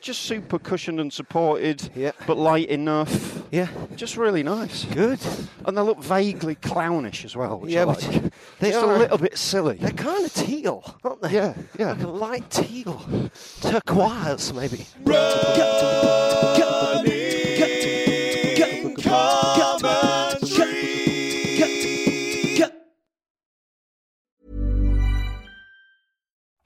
B: just super cushioned and supported,
A: Yeah.
B: but light enough.
A: Yeah.
B: Just really nice.
A: Good.
B: And they look vaguely clownish as well. Which
A: Yeah,
B: I
A: which-
B: like.
A: they
B: just
A: are.
B: a little bit silly.
A: They're kind of teal, aren't they?
B: Yeah, yeah.
A: Like a light teal. Turquoise, maybe.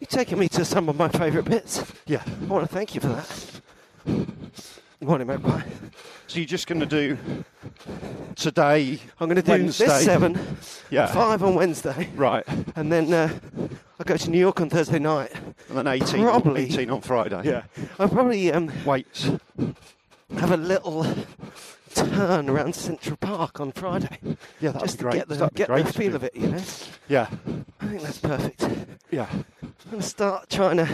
A: You've taken me to some of my favourite bits.
B: yeah.
A: I want to thank you for that. Morning, Magpie.
B: So you're just going to do today?
A: I'm going to do
B: Wednesday.
A: this seven,
B: Yeah.
A: five on Wednesday,
B: Right. And
A: and then uh, I go to New York on Thursday night.
B: then 18,
A: Probably.
B: 18 on Friday.
A: I'll probably um,
B: Weights.
A: have a little turn around Central Park on Friday.
B: Yeah, that'd
A: just
B: be great.
A: to get the,
B: That'd be
A: get
B: great
A: the
B: to
A: feel
B: do.
A: of it, you know.
B: Yeah.
A: I think that's perfect. I'm
B: Yeah.
A: going to start trying to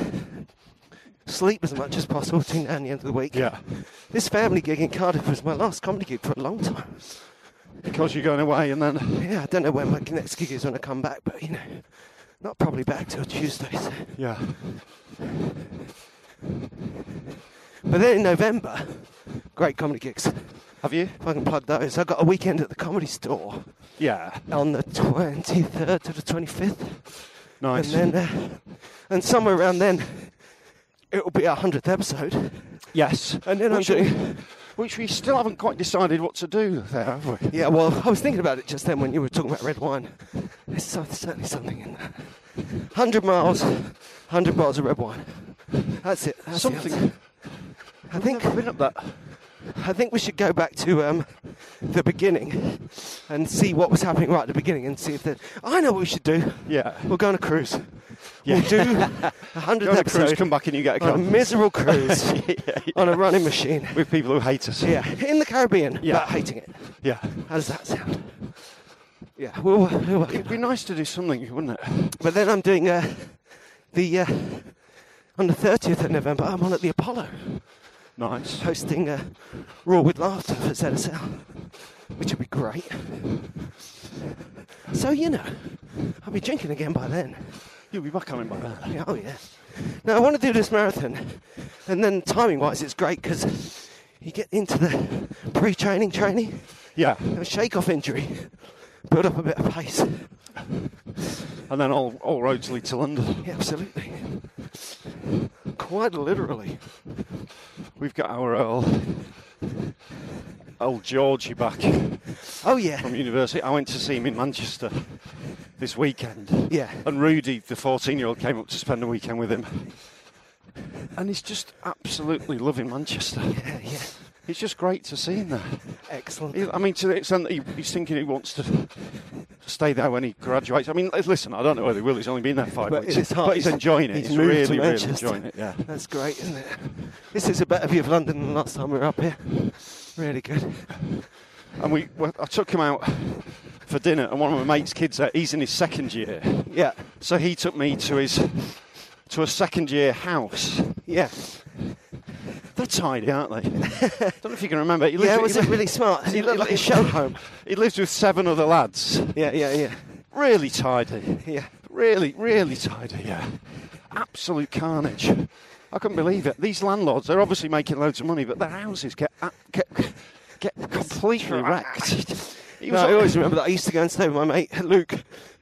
A: sleep as much as possible between now and the end of the week.
B: Yeah.
A: This family gig in Cardiff was my last comedy gig for a long time.
B: Because you're going away and then.
A: Yeah, I don't know when my next gig is when I come back, but you know, not probably back till Tuesday. So.
B: Yeah.
A: But then in November, great comedy gigs.
B: Have you?
A: If I can plug those, I got a weekend at the comedy store
B: Yeah.
A: on the 23rd to the 25th.
B: Nice.
A: And then, uh, and somewhere around then, it will be our 100th episode.
B: yes.
A: and then I'm
B: which
A: doing-
B: Which we still haven't quite decided what to do there, have we?
A: Yeah, well, I was thinking about it just then when you were talking about red wine. There's so- certainly something in that. 100 miles, 100 bottles of red wine. That's it. that's the
B: Something.
A: answer. I think I've been up that. I think we should go back to um, the beginning and see what was happening right at the beginning and see if that. I know what we should do.
B: Yeah.
A: We'll go on a cruise.
B: Yeah.
A: We'll do a 100th
B: Go on a
A: episode.
B: cruise, come back and you get a
A: on a
B: cup.
A: miserable cruise on a running machine.
B: With people who hate us.
A: Yeah, in the Caribbean,
B: Yeah.
A: but hating it.
B: Yeah.
A: How does that sound? Yeah, we'll, we'll work it.
B: It'd be nice to do something, wouldn't it?
A: But then I'm doing uh, the uh, on the 30th of November. I'm on at the Apollo
B: Nice.
A: hosting uh, Raw with Laughter for ZSL, which would be great. So you know, I'll be drinking again by then.
B: You'll be back on it by then.
A: Yeah, oh yeah. Now I want to do this marathon, and then timing-wise, it's great because you get into the pre-training training,
B: Yeah.
A: have a shake-off injury, build up a bit of pace.
B: And then all, all roads lead to London.
A: Yeah, absolutely. Quite literally.
B: We've got our old, old Georgie back from
A: Oh yeah.
B: university. I went to see him in Manchester this weekend.
A: Yeah.
B: And Rudy, the 14 year old, came up to spend a weekend with him. And he's just absolutely loving Manchester.
A: Yeah, yeah.
B: It's just great to see him there.
A: Excellent.
B: He- I mean, to the extent that he, he's thinking he wants to stay there when he graduates. I mean, li- listen, I don't know whether he will. He's only been there five
A: But
B: weeks,
A: it's hard.
B: but he's enjoying it. He's,
A: moved to
B: really, really
A: Manchester.
B: enjoying it. Yeah.
A: That's great, isn't it? This is a better view of London than last time we were up here. Really good.
B: And we, well, I took him out for dinner, and one of my mates' kids, there, he's in his second year,
A: Yeah,
B: so he took me to his to a second year house.
A: yeah.
B: They're tidy, aren't they? I don't know if you can remember. He
A: Yeah,
B: with-
A: was
B: he
A: it
B: lived-
A: really smart?
B: He
A: It
B: lived
A: looked like a show home.
B: He lives with seven other lads.
A: Yeah, yeah, yeah.
B: Really tidy.
A: Yeah.
B: Really, really tidy, yeah. Absolute carnage. I couldn't believe it. These landlords, they're obviously making loads of money, but their houses get a- get, get completely wrecked. He
A: No, I
B: like-
A: always remember that. I used to go and stay with my mate Luke,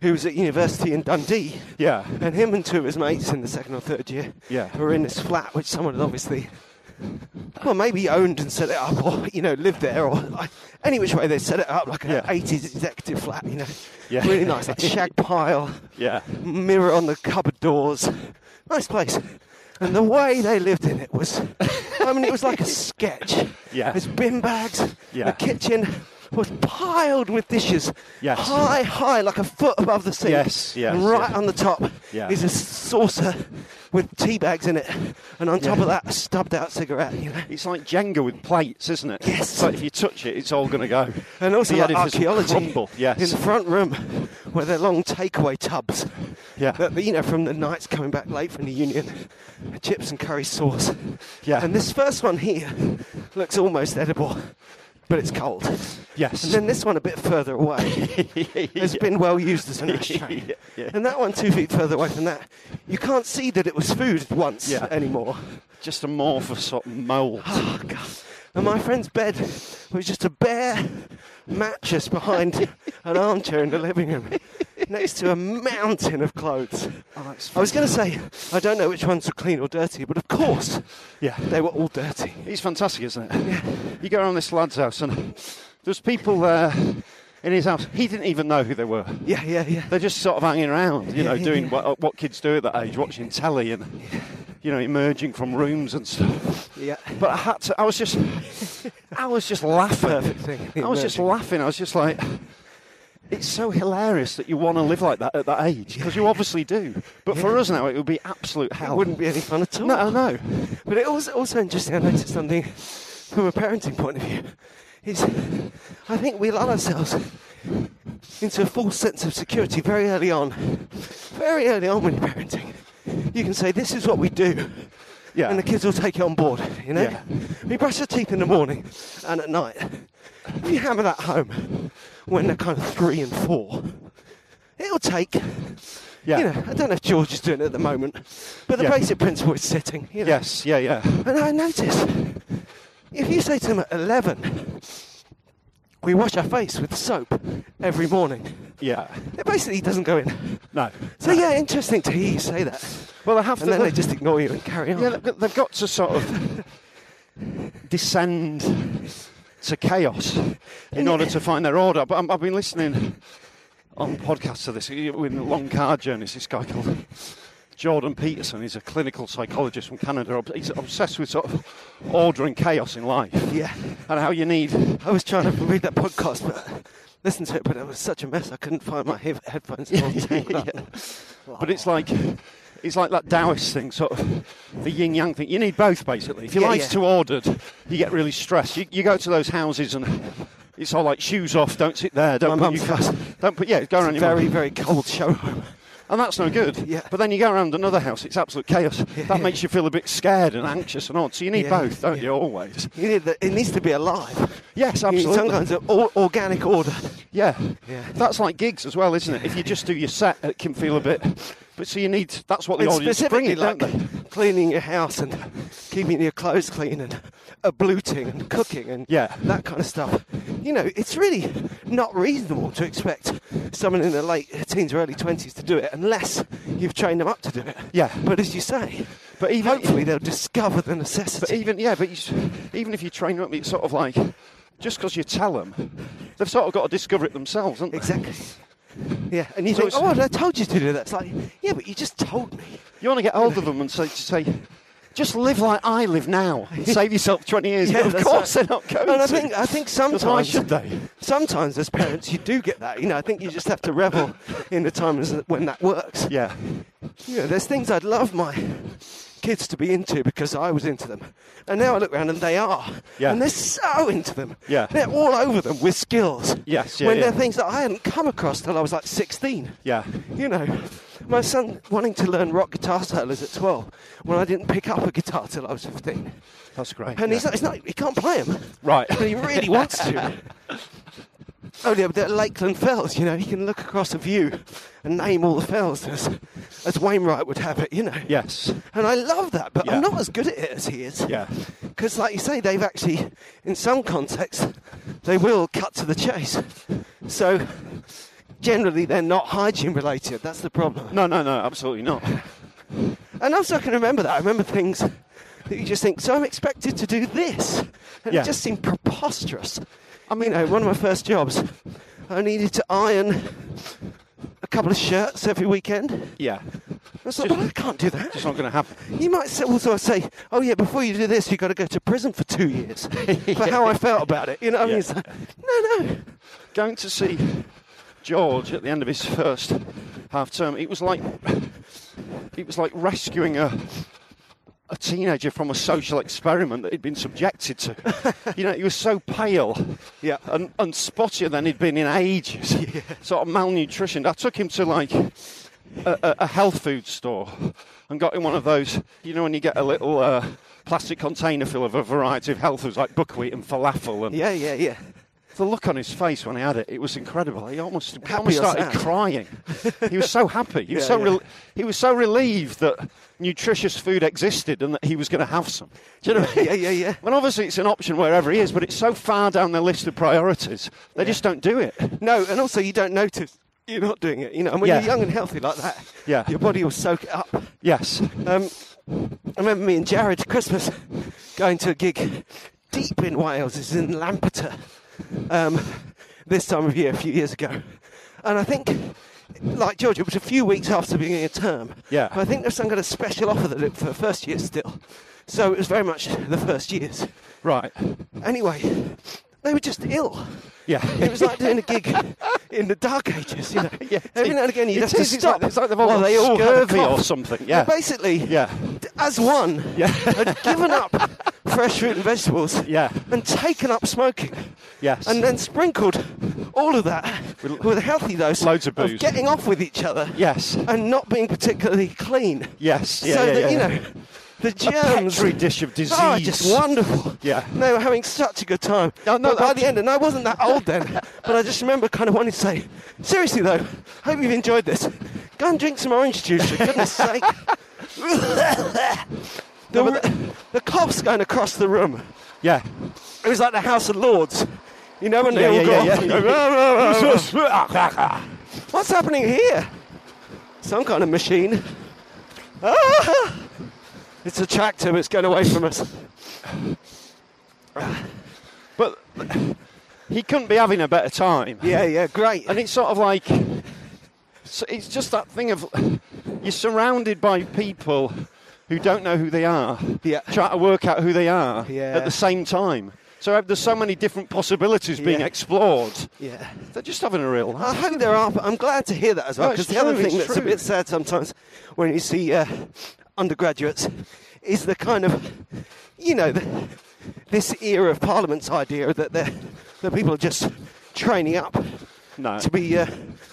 A: who was at university in Dundee.
B: Yeah.
A: And him and two of his mates in the second or third year
B: Yeah.
A: were in this flat, which someone had obviously, well, maybe owned and set it up, or, you know, lived there, or like, any which way they set it up, like an
B: Yeah.
A: 80s executive flat, you know.
B: Yeah.
A: Really nice, like shag pile,
B: Yeah.
A: mirror on the cupboard doors. Nice place. And the way they lived in it was, I mean, it was like a sketch.
B: Yeah.
A: There's bin bags.
B: Yeah.
A: The kitchen was piled with dishes.
B: Yes.
A: High, high, like a foot above the sink.
B: Yes, yes,
A: And right
B: yeah.
A: on the top
B: Yeah.
A: is a saucer with tea bags in it. And on top
B: Yeah.
A: of that, a stubbed out cigarette, you know.
B: It's like Jenga with plates, isn't it?
A: Yes.
B: It's like if you touch it, it's all going to go.
A: And also
B: the
A: like
B: edifice will
A: archaeology
B: crumble.
A: in
B: Yes.
A: the front room where they're long takeaway tubs.
B: Yeah.
A: That, you know, from the nights coming back late from the union. Chips and curry sauce.
B: Yeah.
A: And this first one here looks almost edible, but it's cold.
B: Yes.
A: And then this one a bit further away has been well used as an ashtray.
B: Yeah, yeah.
A: And that one two feet further away from that, you can't see that it was food once
B: Yeah.
A: anymore.
B: Just a amorphous sort of mould.
A: Oh, God. And my friend's bed was just a bare mattress behind an armchair in the living room next to a mountain of clothes. I was going to say, I don't know which ones were clean or dirty, but of course,
B: Yeah.
A: they were all dirty.
B: He's fantastic, isn't it? You go around this lad's house, and there's people there in his house. He didn't even know who they were.
A: Yeah, yeah, yeah.
B: They're just sort of hanging around, you
A: Yeah,
B: know,
A: yeah,
B: doing
A: yeah.
B: What, uh, what kids do at that age, watching telly and, you know, emerging from rooms and stuff.
A: Yeah.
B: But I had to, I was just, I was just laughing.
A: Perfect thing,
B: I was just
A: emerging.
B: laughing. I was just like, it's so hilarious that you want to live like that at that age, because you obviously do. But for us now, it would be absolute hell.
A: It wouldn't be any fun at all.
B: No, no.
A: But it was also interesting. I noticed something from a parenting point of view. Is I think we lull ourselves into a false sense of security very early on. Very early on when you're parenting, you can say, "This is what we do,"
B: Yeah.
A: and the kids will take it on board. You know,
B: Yeah.
A: we brush our teeth in the morning and at night. If you hammer that home when they're kind of three and four, it'll take.
B: Yeah.
A: You know, I don't know if George is doing it at the moment, but the
B: Yeah.
A: basic principle is sitting. You know?
B: Yes, yeah, yeah.
A: And I noticed, if you say to them at 11, we wash our face with soap every morning,
B: Yeah.
A: it basically doesn't go in.
B: No.
A: So, yeah, interesting to hear you say that.
B: Well, I have
A: And
B: to.
A: then they just ignore you and carry on.
B: Yeah, look, they've got to sort of descend to chaos in order to find their order. But I'm, I've been listening on podcasts to this with long car journeys. This guy called Jordan Peterson. He's a clinical psychologist from Canada. Ob- He's obsessed with sort of order and chaos in life,
A: yeah.
B: and how you need.
A: I was trying to read that podcast, but listen to it, but it was such a mess. I couldn't find my he- headphones. all tangled up.
B: But it's like. It's like that Taoist thing, sort of the yin yang thing. You need both, basically. If your
A: Yeah,
B: life's
A: yeah.
B: too ordered, you get really stressed. You, you go to those houses and it's all like shoes off, don't sit there, don't
A: My
B: put your
A: mum's house.
B: Don't put, yeah, go around
A: It's a
B: your
A: very,
B: mum.
A: very cold show home.
B: And that's no good.
A: Yeah.
B: But then you go around another house, it's absolute chaos. That makes you feel a bit scared and anxious and odd. So you need
A: Yeah,
B: both, don't
A: yeah.
B: you, always?
A: You need the, it needs to be alive.
B: Yes,
A: You need
B: absolutely.
A: Some kinds of or- organic order.
B: Yeah.
A: Yeah.
B: That's like gigs as well, isn't it? If you just do your set, it can feel a bit. But so you need. That's what the
A: And
B: audience bring
A: specifically
B: it, don't
A: like
B: they?
A: cleaning your house and keeping your clothes clean and abluting and cooking and
B: Yeah.
A: that kind of stuff. You know, it's really not reasonable to expect someone in their late teens or early twenties to do it unless you've trained them up to do it.
B: Yeah.
A: But as you say,
B: But even
A: hopefully they'll discover the
B: But
A: necessity.
B: even yeah, but you, s- even if you train up, it's sort of like just because you tell them, they've sort of got to discover it themselves, haven't they?
A: exactly. Yeah, and you
B: So
A: think,
B: it's-
A: oh, I told you to do that. It's like, yeah, but you just told me.
B: You want to get hold of them and say, to say, Just live like I live now. Save yourself 20 years.
A: Yeah,
B: of
A: that's
B: course
A: right.
B: they're not going
A: And I
B: to.
A: think I think
B: Because
A: sometimes
B: why should they?
A: Sometimes as parents, you do get that. You know, I think you just have to revel in the times when that works.
B: Yeah.
A: You know, there's things I'd love my kids to be into because I was into them, and now I look around and they are.
B: Yeah.
A: And they're so into them.
B: Yeah.
A: They're all over them with skills.
B: Yes, yeah,
A: when
B: yeah.
A: they're things that I hadn't come across till I was like 16.
B: Yeah.
A: You know, my son wanting to learn rock guitar solos at 12 when I didn't pick up a guitar till I was 15.
B: That's great.
A: And he's not, he's not, he can't play them.
B: Right.
A: But he really wants to. Oh, yeah, but at Lakeland Fells, you know, he can look across a view and name all the fells as, as Wainwright would have it, you know.
B: Yes.
A: And I love that, but
B: Yeah.
A: I'm not as good at it as he is.
B: Yeah.
A: Because, like you say, they've actually, in some contexts, they will cut to the chase. So, generally, they're not hygiene related. That's the problem.
B: No, no, no, absolutely not.
A: And also, I can remember that. I remember things that you just think, so I'm expected to do this. And
B: Yeah.
A: it just seemed preposterous. I mean, you know, one of my first jobs, I needed to iron a couple of shirts every weekend. I
B: Yeah.
A: was like,
B: Just-
A: well, I can't do that.
B: Just not going to happen.
A: You might say, also say, oh yeah, before you do this, you've got to go to prison for two years for how I felt about it. You know what I mean?
B: Yeah.
A: It's like, no, no.
B: Going to see George at the end of his first half term, it was like it was like rescuing a a teenager from a social experiment that he'd been subjected to. you know, he was so pale
A: Yeah.
B: and, and spottier than he'd been in ages. Sort of malnutritioned. I took him to like a, a, a health food store and got him one of those, you know, when you get a little uh, plastic container full of a variety of health foods like buckwheat and falafel and
A: Yeah, yeah, yeah.
B: the look on his face when he had it, it was incredible. He almost, he
A: Happy
B: almost
A: or
B: started
A: sad?
B: crying. He was so happy. He was,
A: Yeah,
B: so
A: yeah.
B: rel- he was so relieved that nutritious food existed and that he was going to have some. Do you know what I mean?
A: Yeah, yeah, yeah.
B: When obviously it's an option wherever he is, but it's so far down the list of priorities, they just don't do it.
A: No, and also you don't notice you're not doing it. You know, and when
B: Yeah.
A: you're young and healthy like that,
B: Yeah.
A: your body will soak it up.
B: Yes.
A: Um, I remember me and Jared at Christmas going to a gig deep in Wales. It's in Lampeter um, this time of year, a few years ago. And I think, like George, it was a few weeks after beginning of term.
B: Yeah.
A: But I think there's some kind of special offer that it for first years still. So it was very much the first years.
B: Right.
A: Anyway, they were just ill.
B: Yeah.
A: It was like doing a gig in the dark ages, you know.
B: Yeah, it
A: Every now and again,
B: it
A: you'd have
B: is,
A: to
B: it's like-
A: stop.
B: it's like they've all
A: while
B: got
A: they all had a
B: scurvy or
A: cough.
B: something, yeah.
A: basically,
B: Yeah.
A: d- as one,
B: Yeah.
A: had given up fresh fruit and vegetables
B: Yeah.
A: and taken up smoking.
B: Yes.
A: And then sprinkled all of that
B: With-
A: with, a healthy dose
B: Loads of booze.
A: of getting off with each other
B: Yes.
A: and not being particularly clean.
B: Yes. Yeah,
A: so
B: yeah,
A: that,
B: yeah,
A: you
B: yeah.
A: know, the
B: A
A: germs.
B: petri dish of disease.
A: Oh, just wonderful.
B: Yeah. Oh,
A: And They were having such a good time.
B: No, no,
A: But by
B: that's-
A: the end, and I wasn't that old then, but I just remember kind of wanting to say, seriously though, hope you've enjoyed this. Go and drink some orange juice, for goodness sake. the, the cough's going across the room.
B: Yeah.
A: It was like the House of Lords. You know, when they
B: Yeah,
A: all
B: yeah,
A: got
B: yeah,
A: off and
B: yeah.
A: go, "Rah, rah, rah, rah." What's happening here? Some kind of machine. Ah! It's a tractor, but it's going away from us.
B: But he couldn't be having a better time.
A: Yeah, yeah, great.
B: and it's sort of like so it's just that thing of you're surrounded by people who don't know who they are
A: Yeah.
B: trying to work out who they are
A: Yeah.
B: at the same time so uh, there's so many different possibilities being
A: Yeah.
B: explored
A: yeah.
B: they're just having a real
A: I
B: laugh
A: hope there are, but I'm glad to hear that as well.
B: No, it's
A: Because the other
B: true,
A: thing
B: it's
A: that's a
B: true.
A: bit sad sometimes when you see uh, undergraduates is the kind of, you know, the, this era of Parliament's idea that the that people are just training up
B: No.
A: to be uh,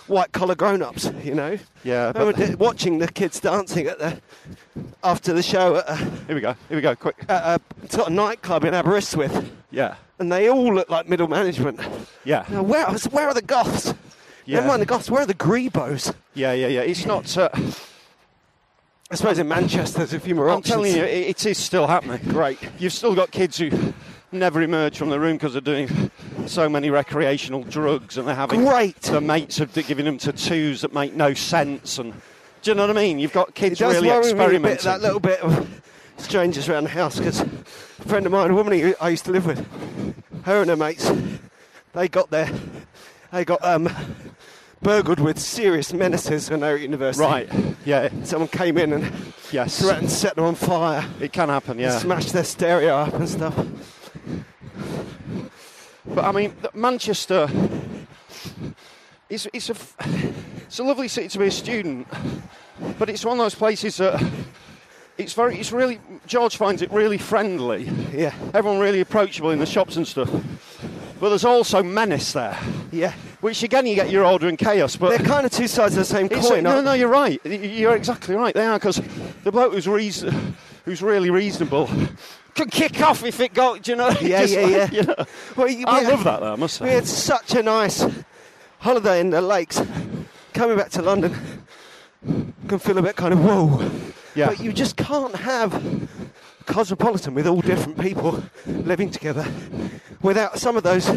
A: white collar grown ups. You know.
B: Yeah,
A: I
B: but-
A: remember watching the kids dancing at the after the show at a,
B: here we go here we go quick
A: at a sort of nightclub in Aberystwyth,
B: yeah
A: and they all look like middle management.
B: yeah
A: Now, where, where are the goths?
B: Yeah.
A: Never mind the goths, where are the grebos?
B: yeah yeah yeah it's not uh,
A: I suppose in Manchester there's a few more
B: I'm
A: options.
B: telling you, it, it is still happening. Great. You've still got kids who never emerge from the room because they're doing so many recreational drugs and they're having
A: Great.
B: The mates are giving them tattoos that make no sense. And do you know what I mean? You've got
A: it
B: kids
A: does
B: really
A: worry me a
B: experimenting.
A: bit, that little bit of strangers around the house, because a friend of mine, a woman who I used to live with, her and her mates, they got their, they got um, burgled with serious menaces when they were at university.
B: Right. Yeah.
A: Someone came in and
B: Yes.
A: threatened to set them on fire,
B: It can happen. Yeah.
A: smashed their stereo up and stuff.
B: But I mean, th- Manchester. It's it's a f- it's a lovely city to be a student, but it's one of those places that it's very it's really George finds it really friendly.
A: Yeah.
B: Everyone really approachable in the shops and stuff. But there's also menace there,
A: Yeah.
B: which again you get your order and chaos. But
A: They're kind of two sides of the same
B: it's-
A: coin.
B: no,
A: aren't
B: no, you're right. Y- You're exactly right. They are because the bloke who's reason, who's really reasonable can kick off if it goes. Do you know?
A: Yeah,
B: Just
A: yeah,
B: like,
A: yeah.
B: you know.
A: they? Well, you-
B: I
A: we-
B: love that though. I must say.
A: We had such a nice holiday in the lakes. Coming back to London can feel a bit kind of whoa.
B: Yeah.
A: But you just can't have cosmopolitan with all different people living together without some of those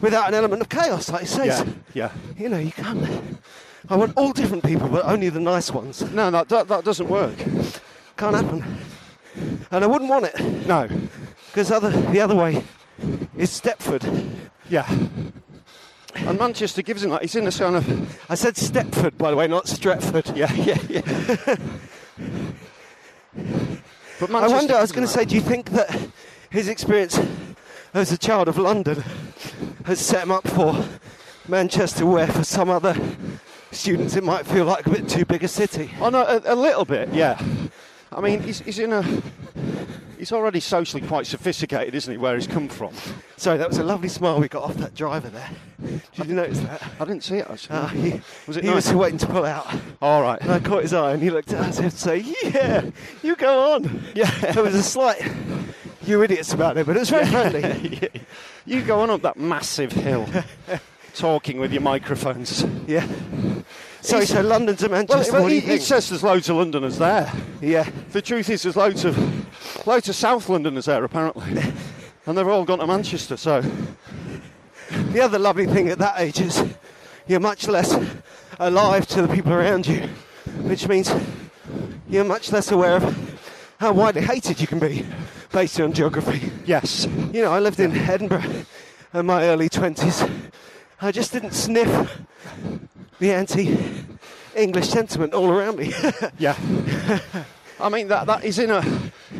A: without an element of chaos, like it says.
B: yeah, yeah.
A: You know, you can't I want all different people, but only the nice ones.
B: No, that, that, that doesn't work.
A: Can't happen. And I wouldn't want it,
B: No.
A: because other the other way is Stepford.
B: Yeah. And Manchester gives him that. He's in a kind of.
A: I said Stepford, by the way, not Stretford.
B: Yeah, yeah, yeah. but Manchester
A: I wonder, I was
B: gives him
A: going to
B: that.
A: say, do you think that his experience as a child of London has set him up for Manchester, where for some other students it might feel like a bit too big a city?
B: Oh no, a, a little bit, yeah. I mean, he's, he's in a. He's already socially quite sophisticated, isn't he? Where he's come from.
A: Sorry, that was a lovely smile we got off that driver there. Did you notice that?
B: I didn't see it actually.
A: Ah, he
B: was it
A: he
B: nice?
A: was waiting to pull out.
B: All right.
A: And I caught his eye and he looked at us and said, Yeah, you go on.
B: Yeah.
A: There was a slight, you idiots about it, but it was very friendly.
B: you go on up that massive hill, talking with your microphones.
A: Yeah. Sorry, so London to
B: Well,
A: Manchester.
B: well,
A: what do you
B: he, he
A: think?
B: says there's loads of Londoners there.
A: yeah.
B: The truth is, there's loads of loads of South Londoners there apparently, and they've all gone to Manchester. So
A: The other lovely thing at that age is you're much less alive to the people around you, which means you're much less aware of how widely hated you can be based on geography.
B: yes,
A: You know, I lived in Edinburgh in my early 20s. I just didn't sniff the anti English sentiment all around me.
B: yeah. I mean that that is in a.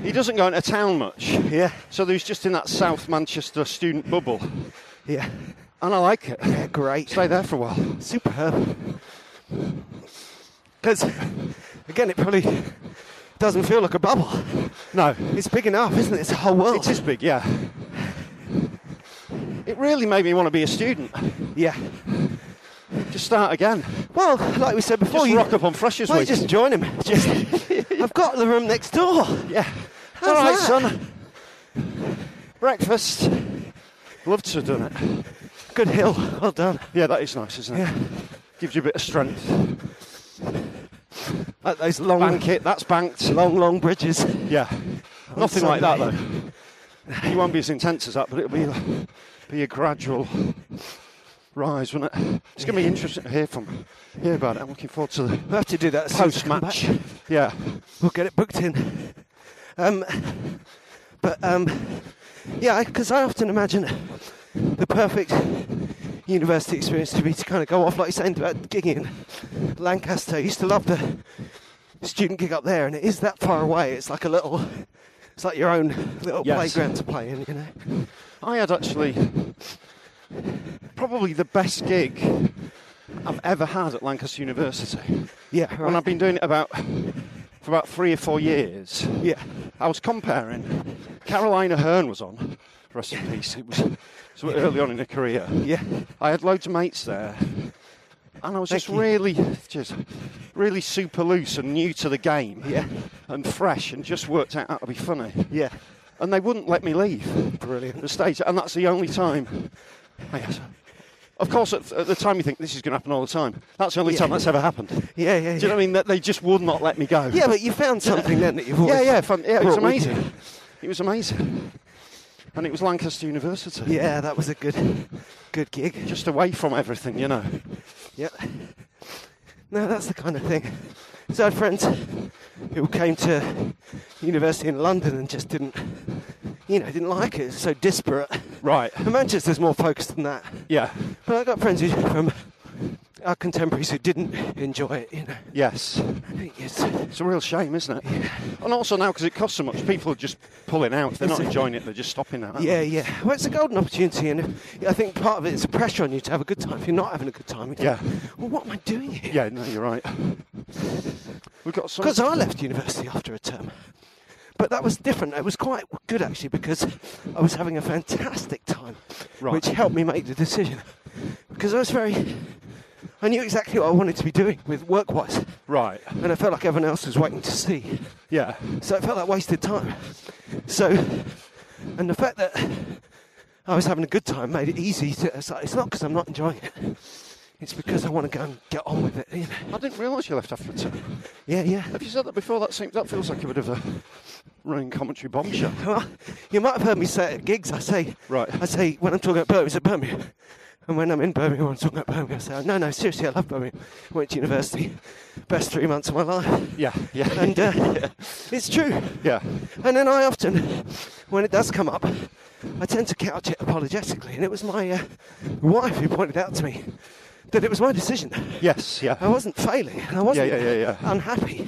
B: He doesn't go into town much,
A: yeah,
B: so he's just in that South Manchester student bubble,
A: yeah,
B: and I like it.
A: yeah, great.
B: Stay there for a while.
A: Superb. Because, again, it probably doesn't feel like a bubble.
B: No,
A: It's big enough, isn't it? It's a whole world.
B: it is big, yeah. It really made me want to be a student.
A: Yeah.
B: Just start again.
A: Well, like we said before,
B: Just
A: you
B: rock up on Freshers
A: Why
B: Week.
A: just join him? Just, I've got the room next door.
B: Yeah.
A: How's
B: All right,
A: that?
B: son. Breakfast. Love to have done it.
A: Good hill. Well done.
B: Yeah, that is nice, isn't it?
A: Yeah.
B: Gives you a bit of strength.
A: Like those long,
B: Bank it, that's banked.
A: long, long bridges.
B: Yeah. Nothing like that,
A: Sunday.
B: though. You won't be as intense as that, but it'll be, a- be a gradual rise, won't it? It's going to be interesting to hear from, hear about it. I'm looking forward to the
A: We'll have to do that as soon as we come
B: post match.
A: back.
B: Yeah.
A: We'll get it booked in. Um, but um, yeah, because I often imagine the perfect university experience to be to kind of go off, like you're saying about gigging in Lancaster. I used to love the student gig up there, and it is that far away. It's like a little, it's like your own little
B: Yes.
A: playground to play in, you know.
B: I had actually probably the best gig I've ever had at Lancaster University.
A: Yeah, right.
B: When I've been doing it about for about three or four years,
A: yeah,
B: I was comparing. Carolina Hearn was on, rest in peace. It was so early on in her career.
A: yeah,
B: I had loads of mates there, and I was just
A: Thank you.
B: really, just really super loose and new to the game,
A: Yeah.
B: and fresh, and just worked out how to be funny.
A: yeah.
B: And they wouldn't let me leave
A: Brilliant.
B: the stage, and that's the only time. I guess. Of course, at, at the time you think this is going to happen all the time. That's the only
A: Yeah.
B: time that's ever happened.
A: Yeah, yeah, yeah.
B: Do you know what I mean? That they just would not let me go.
A: Yeah, but you found something then that you've always
B: yeah, yeah, fun, yeah. It was
A: brought with
B: amazing. It was amazing, and it was Lancaster University.
A: you. Yeah, that was a good, good gig.
B: just away from everything, you know.
A: Yep. No, that's the kind of thing. So I had friends who came to university in London and just didn't, you know, didn't like it. It's so disparate.
B: Right.
A: And Manchester's more focused than that.
B: Yeah.
A: But I got friends who, from our contemporaries who didn't enjoy it. You know,
B: Yes.
A: I think it's it's
B: It's a real shame, isn't it? And also now, because it costs so much, people are just pulling out. If they're not enjoying it, they're just stopping that. aren't
A: Yeah,
B: they?
A: yeah. Well, it's a golden opportunity, and I think part of it is the pressure on you to have a good time. If you're not having a good time, you
B: Yeah.
A: think, Well, what am I doing here?
B: Yeah, no, you're right. We've got some.
A: Because I left university after a term, but that was different. It was quite good actually because I was having a fantastic time,
B: Right.
A: which helped me make the decision. Because I was very, I knew exactly what I wanted to be doing with work-wise,
B: Right.
A: and I felt like everyone else was waiting to see.
B: Yeah.
A: So it felt like wasted time. So, and the fact that I was having a good time made it easy to. It's, like, it's not because I'm not enjoying it. It's because I want to go and get on with it. You know?
B: I didn't realise you left after a term.
A: Yeah, yeah.
B: Have you said that before? That seems that feels like a bit of a running commentary bombshell.
A: Well, you might have heard me say it at gigs. I say,
B: Right.
A: I say when I'm talking about Birmingham, I say Birmingham, and when I'm in Birmingham, I'm talking about Birmingham. I say, no, no, seriously, I love Birmingham. Went to university, best three months of my life.
B: Yeah, yeah.
A: and uh, it's true.
B: Yeah.
A: And then I often, when it does come up, I tend to couch it apologetically. And it was my uh, wife who pointed out to me that it was my decision.
B: Yes. Yeah.
A: I wasn't failing. and I wasn't
B: yeah, yeah, yeah.
A: unhappy.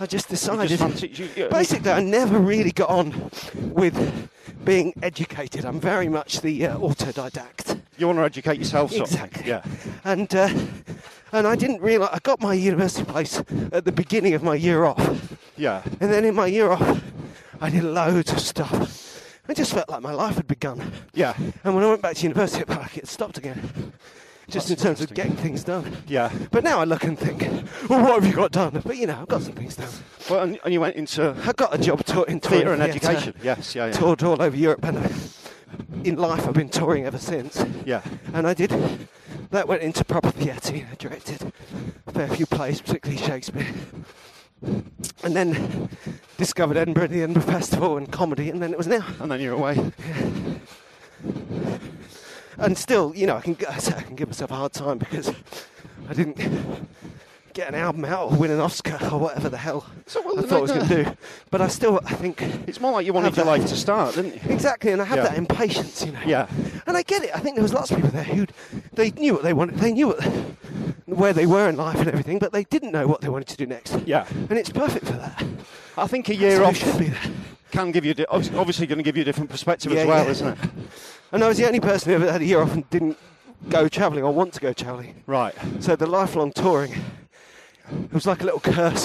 A: I just decided.
B: fancied you- you-
A: basically, I never really got on with being educated. I'm very much the uh, autodidact.
B: You want to educate yourself, sort of thing.
A: Exactly.
B: Yeah.
A: And uh, and I didn't realise I got my university place at the beginning of my year off.
B: Yeah.
A: And then in my year off, I did loads of stuff. I just felt like my life had begun.
B: Yeah.
A: And when I went back to university, it felt like it stopped again. Just
B: That's
A: in terms of
B: interesting.
A: getting things done.
B: Yeah.
A: But now I look and think, well, what have you got done? But you know, I've got some things done.
B: Well, and, and you went into
A: I got a job taught in touring
B: theatre and
A: theatre.
B: education. Yes. Yeah. Yeah.
A: Toured all over Europe, and I, in life I've been touring ever since.
B: Yeah.
A: And I did. That went into proper theatre. you know, directed a fair few plays, particularly Shakespeare. And then discovered Edinburgh, the Edinburgh Festival, and comedy. And then it was now.
B: And then you're away.
A: And still, you know, I can I say I can give myself a hard time because I didn't get an album out or win an Oscar or whatever the hell
B: So, well,
A: I thought I was
B: no,
A: going to do. But I still, I think.
B: It's more like you wanted
A: Have
B: your
A: that.
B: life to start, didn't you?
A: Exactly, and I have
B: Yeah.
A: that impatience, you know.
B: Yeah.
A: And I get it. I think there was lots of people there who they knew what they wanted. They knew what, where they were in life and everything, but they didn't know what they wanted to do next.
B: Yeah.
A: And it's perfect for that.
B: I think a
A: So
B: year
A: it
B: off
A: should be there.
B: can give you di- obvi- obviously going to give you a different perspective
A: Yeah,
B: as well,
A: yeah.
B: isn't it?
A: And I was the only person who ever had a year off and didn't go travelling or want to go travelling.
B: Right.
A: So the lifelong touring, it was like a little curse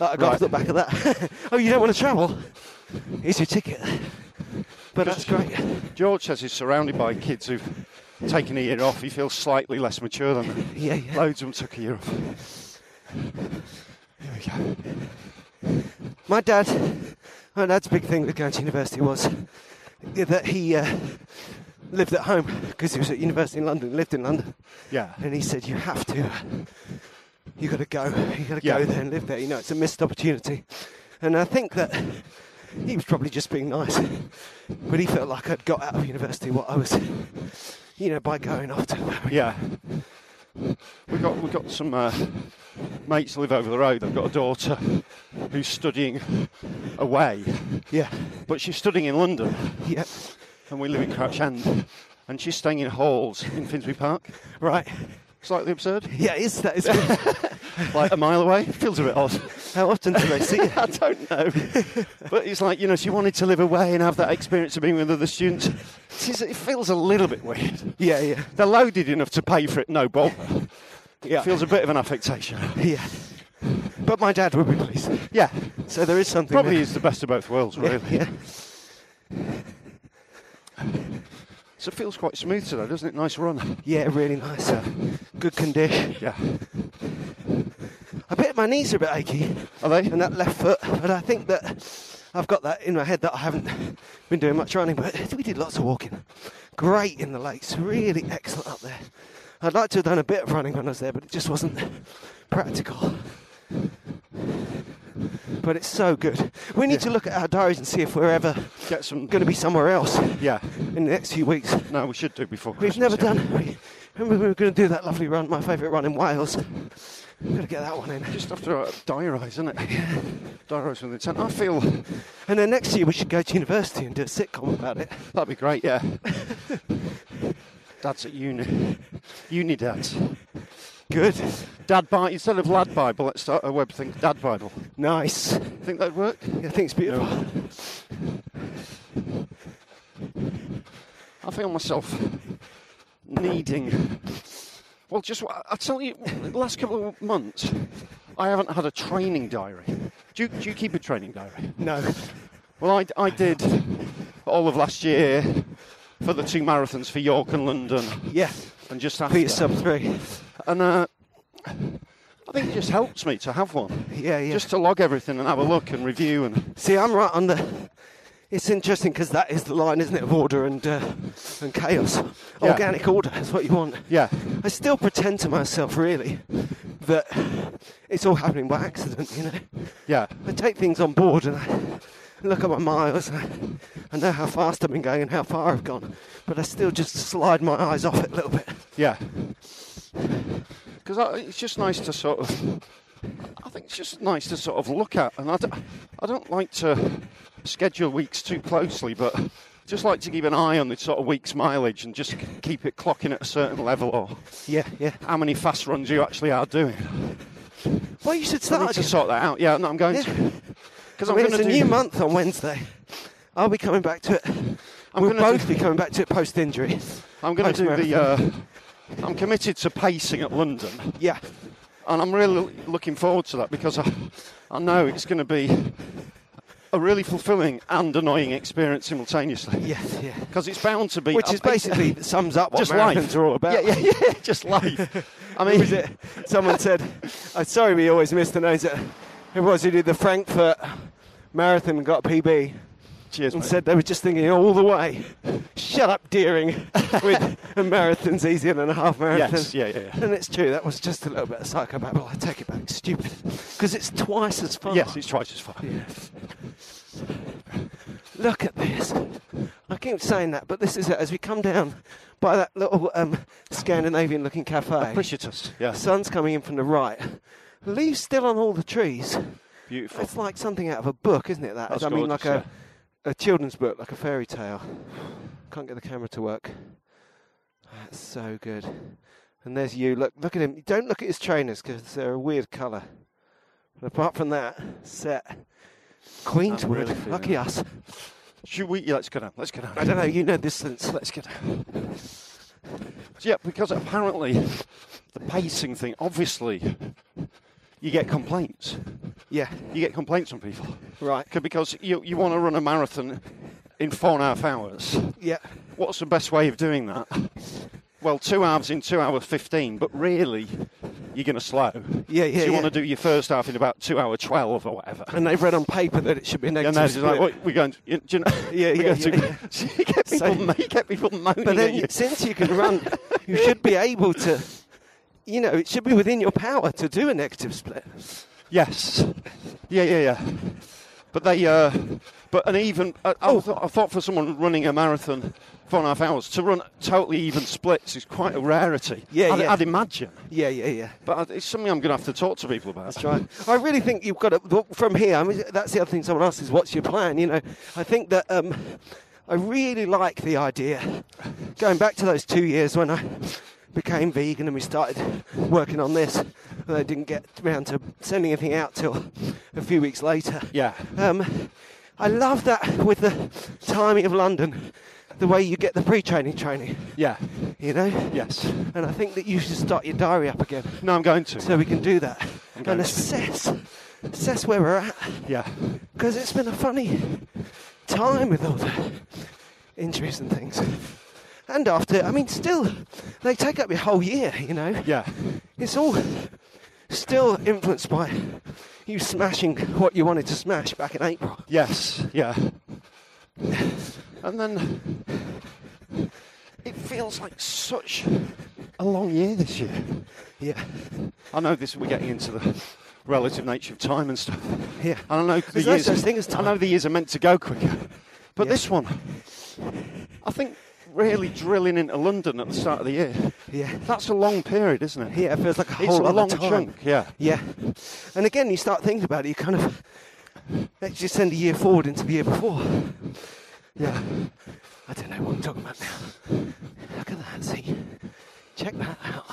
A: that I got
B: Right.
A: off the back of that. oh, you don't want to travel? Here's your ticket. But that's great.
B: George says he's surrounded by kids who've taken a year off. He feels slightly less mature than them.
A: Yeah, yeah.
B: Loads of them took a year off. Here we go.
A: My dad, my dad's big thing with going to university was that he uh, lived at home because he was at university in London, lived in London,
B: Yeah.
A: and he said you have to, you got to go, you got to
B: Yeah.
A: go there and live there. You know, it's a missed opportunity, and I think that he was probably just being nice, but he felt like I'd got out of university what I was, you know, by going off to.
B: Yeah. We've got, we've got some uh, mates who live over the road. They've got a daughter who's studying away,
A: Yeah,
B: but she's studying in London,
A: yeah,
B: and we live in Crouch End, and she's staying in halls in Finsbury Park.
A: right.
B: Slightly absurd.
A: Yeah, it's that is good.
B: Like a mile away. Feels a bit odd.
A: How often do they see you?
B: I don't know. but it's like, you know, she wanted to live away and have that experience of being with other students. It is- it feels a little bit weird.
A: Yeah, yeah,
B: They're loaded enough to pay for it, no bother.
A: yeah.
B: Feels a bit of an affectation.
A: Yeah. But my dad would be pleased.
B: Yeah,
A: So there is something.
B: probably
A: there.
B: is the best of both worlds, really.
A: Yeah.
B: So it feels quite smooth today, doesn't it? Nice run.
A: Yeah, really nice. uh, Good condition.
B: Yeah.
A: I bet my knees are a bit achy
B: Are they?
A: and that left foot, but I think that I've got that in my head that I haven't been doing much running, but we did lots of walking. Great in the lakes, really excellent up there. I'd like to have done a bit of running when I was there, but it just wasn't practical. But it's so good. We need to look at our diaries and see if we're ever
B: Get some.
A: going to be somewhere else
B: Yeah.
A: in the next few weeks.
B: No, we should do before
A: We've
B: Christmas.
A: never
B: yeah.
A: done. We, remember, we were going to do that lovely run, my favourite run in Wales. We've got to get that one in.
B: Just have to uh, diarise, isn't it? Diarise with intent. I feel
A: And then next year we should go to university and do a sitcom about it.
B: that'd be great. Yeah. Dad's at uni. Unidad.
A: Good.
B: Dad Bible, instead of Lad Bible, let's start a web thing, Dad Bible.
A: Nice.
B: Think that'd work?
A: I think it's beautiful.
B: I feel myself needing. Well, just what- I tell you, the last couple of months, I haven't had a training diary. Do you, do you keep a training diary?
A: No.
B: Well, I, I did all of last year for the two marathons for York and London,
A: Yeah.
B: and just after.
A: Beat sub three.
B: And uh, I think it just helps me to have one.
A: Yeah, yeah.
B: Just to log everything and have a look and review and
A: See, I'm right on the. It's interesting because that is the line, isn't it, of order and uh, and chaos.
B: Yeah.
A: Organic order is what you want.
B: yeah,
A: I still pretend to myself, really, that it's all happening by accident. You know,
B: yeah,
A: I take things on board and I look at my miles. And I, I know how fast I've been going and how far I've gone, but I still just slide my eyes off it a little bit.
B: yeah. Because it's just nice to sort of. I think it's just nice to sort of look at, and I d- I don't like to schedule weeks too closely, but just like to keep an eye on the sort of week's mileage and just keep it clocking at a certain level or
A: Yeah, yeah.
B: how many fast runs you actually are doing.
A: Well, you should
B: I need
A: start.
B: to sort that out. Yeah, no, I'm going
A: Yeah.
B: to. Because
A: I
B: I'm
A: mean,
B: going
A: it's
B: to
A: a
B: do.
A: new month on Wednesday. I'll be coming back to it.
B: I'm
A: we'll
B: gonna do-
A: both be coming back to it post injury.
B: I'm going to do the. Uh, I'm committed to pacing at London,
A: Yeah,
B: and I'm really loo- looking forward to that because I, I know it's going to be a really fulfilling and annoying experience simultaneously.
A: yeah, yeah.
B: Because it's bound to be.
A: Which is
B: I- I-
A: basically sums up what
B: just
A: marathons
B: life.
A: are all about.
B: Yeah, yeah, yeah. Just life. I mean,
A: Who was it? Someone said, "I'm sorry, we always miss the names." It was who did the Frankfurt Marathon and got a PB,
B: Cheers,
A: and
B: mate.
A: said they were just thinking all the way. Shut up, Deering. with a marathon's easier than a half marathon.
B: Yes, yeah, yeah, yeah.
A: And it's true. That was just a little bit of psychobabble. I take it back. Stupid, because it's twice as far.
B: Yes, it's twice as far.
A: Look at this. I keep saying that, but this is it. As we come down by that little um, Scandinavian looking cafe,
B: Appreciatus. Yeah.
A: sun's coming in from the right. Leaves still on all the trees.
B: Beautiful.
A: It's like something out of a book, isn't it? That
B: That's
A: I mean, like
B: gorgeous,
A: a, a children's book, like a fairy tale. Can't get the camera to work. That's so good. And there's you. Look, look at him. Don't look at his trainers because they're a weird colour. But apart from that, set. Queenswood.
B: really feeling
A: Lucky
B: it.
A: us.
B: Should we? Yeah, let's go down. Let's go down.
A: I don't know. You know this since.
B: Let's get. Yeah, because apparently the pacing thing, obviously, you get complaints.
A: Yeah.
B: You get complaints from people.
A: Right.
B: C- Because you, you want to run a marathon in four and a half hours.
A: Yeah.
B: What's the best way of doing that? Well, two halves in two hours 15, but really, you're going to slow.
A: Yeah, yeah,
B: So
A: yeah.
B: you want to do your first half in about two hour 12 or whatever.
A: And they've read on paper that it should be a
B: And
A: negative.
B: they're just like,
A: split.
B: what, we're going to, you, do you know,
A: Yeah,
B: we're
A: yeah,
B: going to-
A: yeah, yeah.
B: So you get people,
A: So-
B: mo- you get people moaning
A: But
B: at
A: then,
B: you.
A: you- since you can run, you should be able to, you know, it should be within your power to do a negative split.
B: Yes. Yeah, yeah, yeah. But they, uh, but an even. I, I,
A: Oh.
B: thought, I thought for someone running a marathon four and a half hours to run totally even splits is quite a rarity.
A: Yeah,
B: I'd,
A: yeah.
B: I'd imagine.
A: Yeah, yeah, yeah.
B: But I- it's something I'm going to have to talk to people about.
A: That's right. I really think you've got to, from here, I mean, that's the other thing someone asks is what's your plan? You know, I think that um, I really like the idea. Going back to those two years when I became vegan and we started working on this, and I didn't get round to sending anything out till a few weeks later.
B: Yeah.
A: Um, I love that with the timing of London, the way you get the pre training training,
B: Yeah.
A: you know?
B: Yes.
A: And I think that you should start your diary up again
B: No, I'm going to.
A: so we can do that
B: going
A: and
B: to.
A: assess assess where we're at
B: yeah.
A: because it's been a funny time with all the injuries and things and after i mean still they take up your whole year you know
B: Yeah.
A: it's all still influenced by you smashing what you wanted to smash back in april
B: Yes. Yeah. And then it feels like such a long year this year.
A: yeah
B: I know this. We're getting into the relative nature of time and stuff.
A: Yeah.
B: And I know the
A: There's no
B: years.
A: such thing as
B: I know
A: time.
B: the years are meant to go quicker, but
A: Yeah.
B: this one, I think, really drilling into London at the start of the year.
A: Yeah.
B: That's a long period, isn't it?
A: yeah it feels like a
B: It's
A: whole
B: a
A: other
B: long
A: time.
B: chunk. Yeah.
A: Yeah. And again, you start thinking about it, you kind of let's just send a year forward into the year before. Yeah. I don't know what I'm talking about now. Look at that, see? Check that out.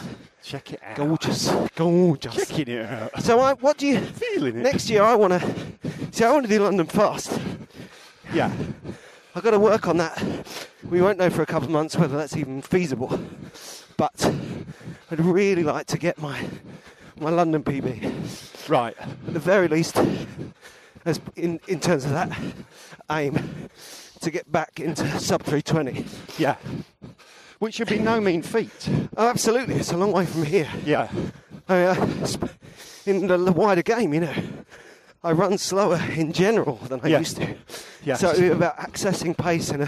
B: Check it out.
A: Gorgeous. Gorgeous.
B: Checking it out.
A: So I, what do you?
B: Feeling it.
A: Next year I want to. See, I want to do London fast.
B: Yeah.
A: I've got to work on that. We won't know for a couple of months whether that's even feasible. But I'd really like to get my my London PB.
B: Right.
A: At the very least, as in, in terms of that aim, to get back into sub 320.
B: Yeah. Which would be no mean feat.
A: Oh, absolutely. It's a long way from here.
B: Yeah.
A: I, uh, sp- in the l- wider game, you know, I run slower in general than I
B: Yeah.
A: used to.
B: Yes.
A: So it's about accessing pace in a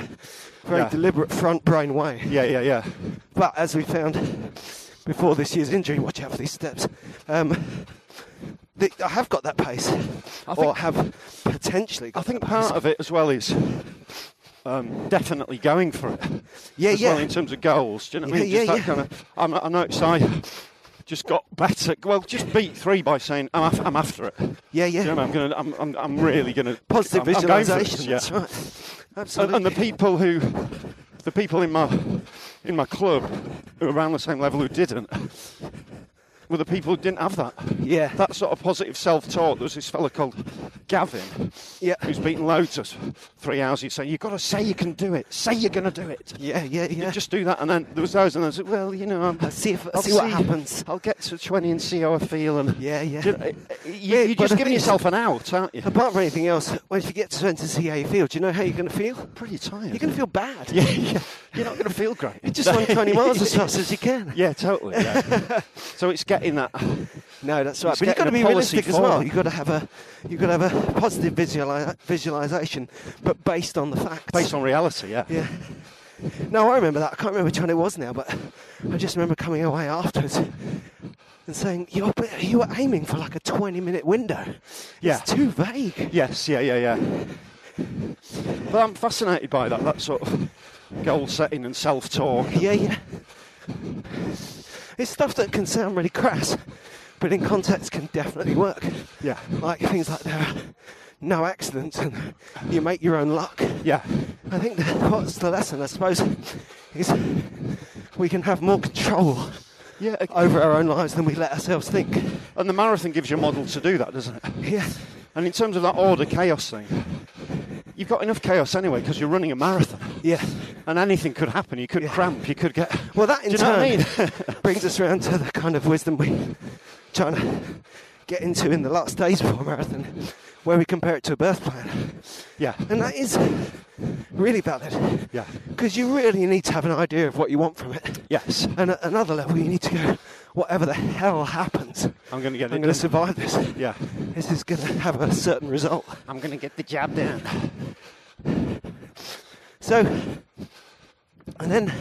A: very
B: Yeah.
A: deliberate front brain way.
B: Yeah, yeah, yeah.
A: But as we found before this year's injury, watch out for these steps. Um, the, I have got that pace, or
B: think-
A: have potentially. Got
B: I think
A: that
B: part
A: pace.
B: of it as well is um, definitely going for it.
A: Yeah,
B: as
A: yeah.
B: Well, in terms of goals, do you know what I mean?
A: Yeah,
B: Just
A: yeah,
B: that
A: yeah.
B: kind of. I'm, I noticed I just got better. Well, just beat three by saying I'm, af- I'm after it.
A: Yeah, yeah.
B: Do you know what I mean? I'm gonna. I'm. I'm, I'm really gonna.
A: positive
B: I'm, I'm going for
A: visualization. That's
B: this, yeah.
A: right.
B: And,
A: Absolutely.
B: and the people who, the people in my, in my club, who were around the same level who didn't, were the people who didn't have that.
A: Yeah.
B: That sort of positive self-talk. There was this fella called Gavin,
A: Yeah.
B: who's beaten loads of three hours. He's saying, "You've got to say you can do it. Say you're going to do it.
A: Yeah, yeah,
B: You
A: yeah.
B: just do that." And then there was those, and I said, "Well, you know, I'm,
A: I'll see if-
B: I'll
A: see what happens.
B: I'll get to 20 and see how I feel." And
A: Yeah, yeah.
B: Do You know, it- it- you-
A: Yeah, but
B: you're
A: the
B: just
A: thing
B: giving
A: is-
B: yourself an out, aren't you?
A: Apart from anything else, once you get to enter CA field, do you know how you're going to feel?
B: Pretty tired.
A: You're going to feel bad.
B: Yeah, yeah. You're not going to feel great.
A: You just run 20 miles as fast as you can.
B: Yeah, totally. yeah. so it's getting that.
A: No, that's right.
B: It's
A: But you've got to
B: getting
A: be
B: a policy
A: realistic as well.
B: forward.
A: You've got to have a, you've got to have a positive visuali- visualization, but based on the facts.
B: Based on reality, yeah.
A: Yeah. No, I remember that. I can't remember which one it was now, but I just remember coming away afterwards and saying, you were, you were aiming for like a 20 minute window.
B: Yeah.
A: It's too vague.
B: Yes, yeah, yeah, yeah. But I'm fascinated by that, that sort of goal setting and self talk.
A: Yeah, yeah. It's stuff that can sound really crass, but in context can definitely work.
B: Yeah.
A: Like things like there are no accidents and you make your own luck.
B: Yeah.
A: I think that what's the lesson, I suppose, is we can have more control
B: Yeah.
A: over our own lives than we let ourselves think.
B: And the marathon gives you a model to do that, doesn't it?
A: Yeah,
B: And in terms of that order chaos thing, you've got enough chaos anyway because you're running a marathon.
A: yeah.
B: And anything could happen. You could
A: Yeah.
B: cramp, you could get.
A: Well, that in
B: Do you know
A: turn
B: what I mean?
A: brings us round to the kind of wisdom we're trying to get into in the last days before marathon, where we compare it to a birth plan.
B: yeah.
A: And that is really valid.
B: Yeah.
A: Because you really need to have an idea of what you want from it.
B: Yes.
A: And at another level, you need to go, whatever the hell happens,
B: I'm going to
A: I'm
B: get it
A: going
B: done.
A: to survive this.
B: Yeah.
A: This is going to have a certain result.
B: I'm going to get the job done.
A: So, and then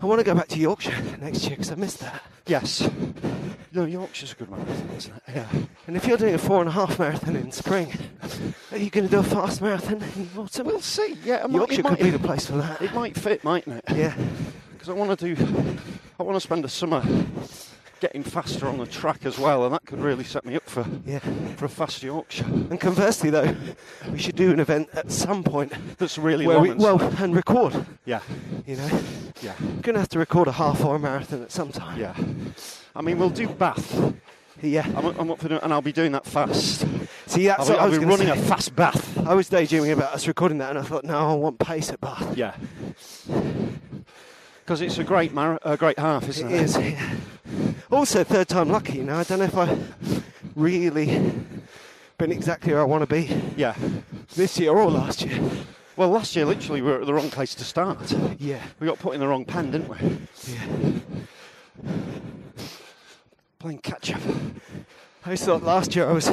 A: I want to go back to Yorkshire next year because I missed that.
B: Yes. No, Yorkshire's a good marathon, isn't it? Yeah.
A: And if you're doing a four and a half marathon in spring, are you going to do a fast marathon in autumn?
B: We'll see. Yeah, it might-
A: Yorkshire
B: it might,
A: could be the place for that.
B: It might fit, mightn't it?
A: Yeah,
B: Because I want to do. I want to spend the summer getting faster on the track as well, and that could really set me up for
A: yeah.
B: for a fast Yorkshire.
A: And conversely, though, we should do an event at some point
B: That's really
A: where
B: long
A: we,
B: and
A: well
B: slow.
A: and record.
B: Yeah,
A: You know,
B: yeah,
A: we're going to have to record a half hour marathon at some time.
B: yeah. I mean, we'll do Bath.
A: yeah.
B: I'm, up- I'm up for doing, and I'll be doing that fast.
A: See, that's
B: I'll
A: what
B: be,
A: I
B: I'll
A: was
B: be
A: gonna
B: running
A: say.
B: a fast Bath.
A: I was daydreaming about us recording that, and I thought, no, I want pace at Bath.
B: Yeah. Because it's a great mar- a great half, isn't
A: It
B: it?
A: is. Yeah. Also, third time lucky. You know, I don't know if I've really been exactly where I want to be
B: Yeah.
A: this year or last year.
B: Well, last year literally we were at the wrong place to start.
A: Yeah,
B: We got put in the wrong pen, didn't we?
A: yeah.
B: Playing catch up.
A: I just thought last year I was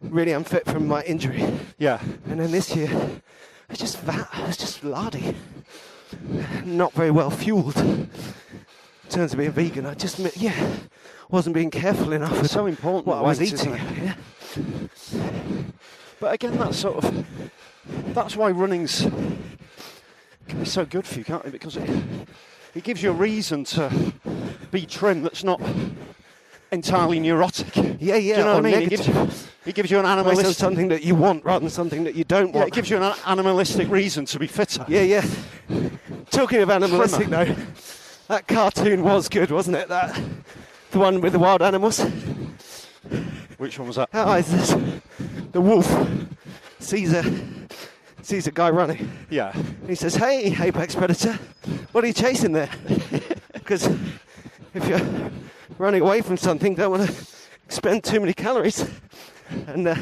A: really unfit from my injury,
B: Yeah.
A: and then this year I was just fat. I was just lardy, not very well fueled. Turns out being vegan, I just mi- yeah wasn't being careful enough with
B: So important.
A: what I was
B: weight, isn't
A: eating.
B: it?
A: Yeah.
B: But again, that's sort of that's why running's can be so good for you, can't it? Because it it gives you a reason to be trim that's not entirely neurotic.
A: Yeah, yeah,
B: Do you know what
A: or
B: I mean? It gives,
A: negative.
B: you, it gives you an
A: Well, it's
B: animalistic.
A: something that you want rather than something that you don't
B: yeah,
A: want.
B: it gives you an animalistic reason to be fitter.
A: Yeah, yeah. Talking of animalistic,
B: Trimmer.
A: though, That cartoon was good, wasn't it? That the one with the wild animals.
B: Which one was that?
A: How is this? The wolf sees a sees a guy running.
B: Yeah.
A: And he says, "Hey, apex predator, what are you chasing there? Because if you're running away from something, don't want to expend too many calories." And uh,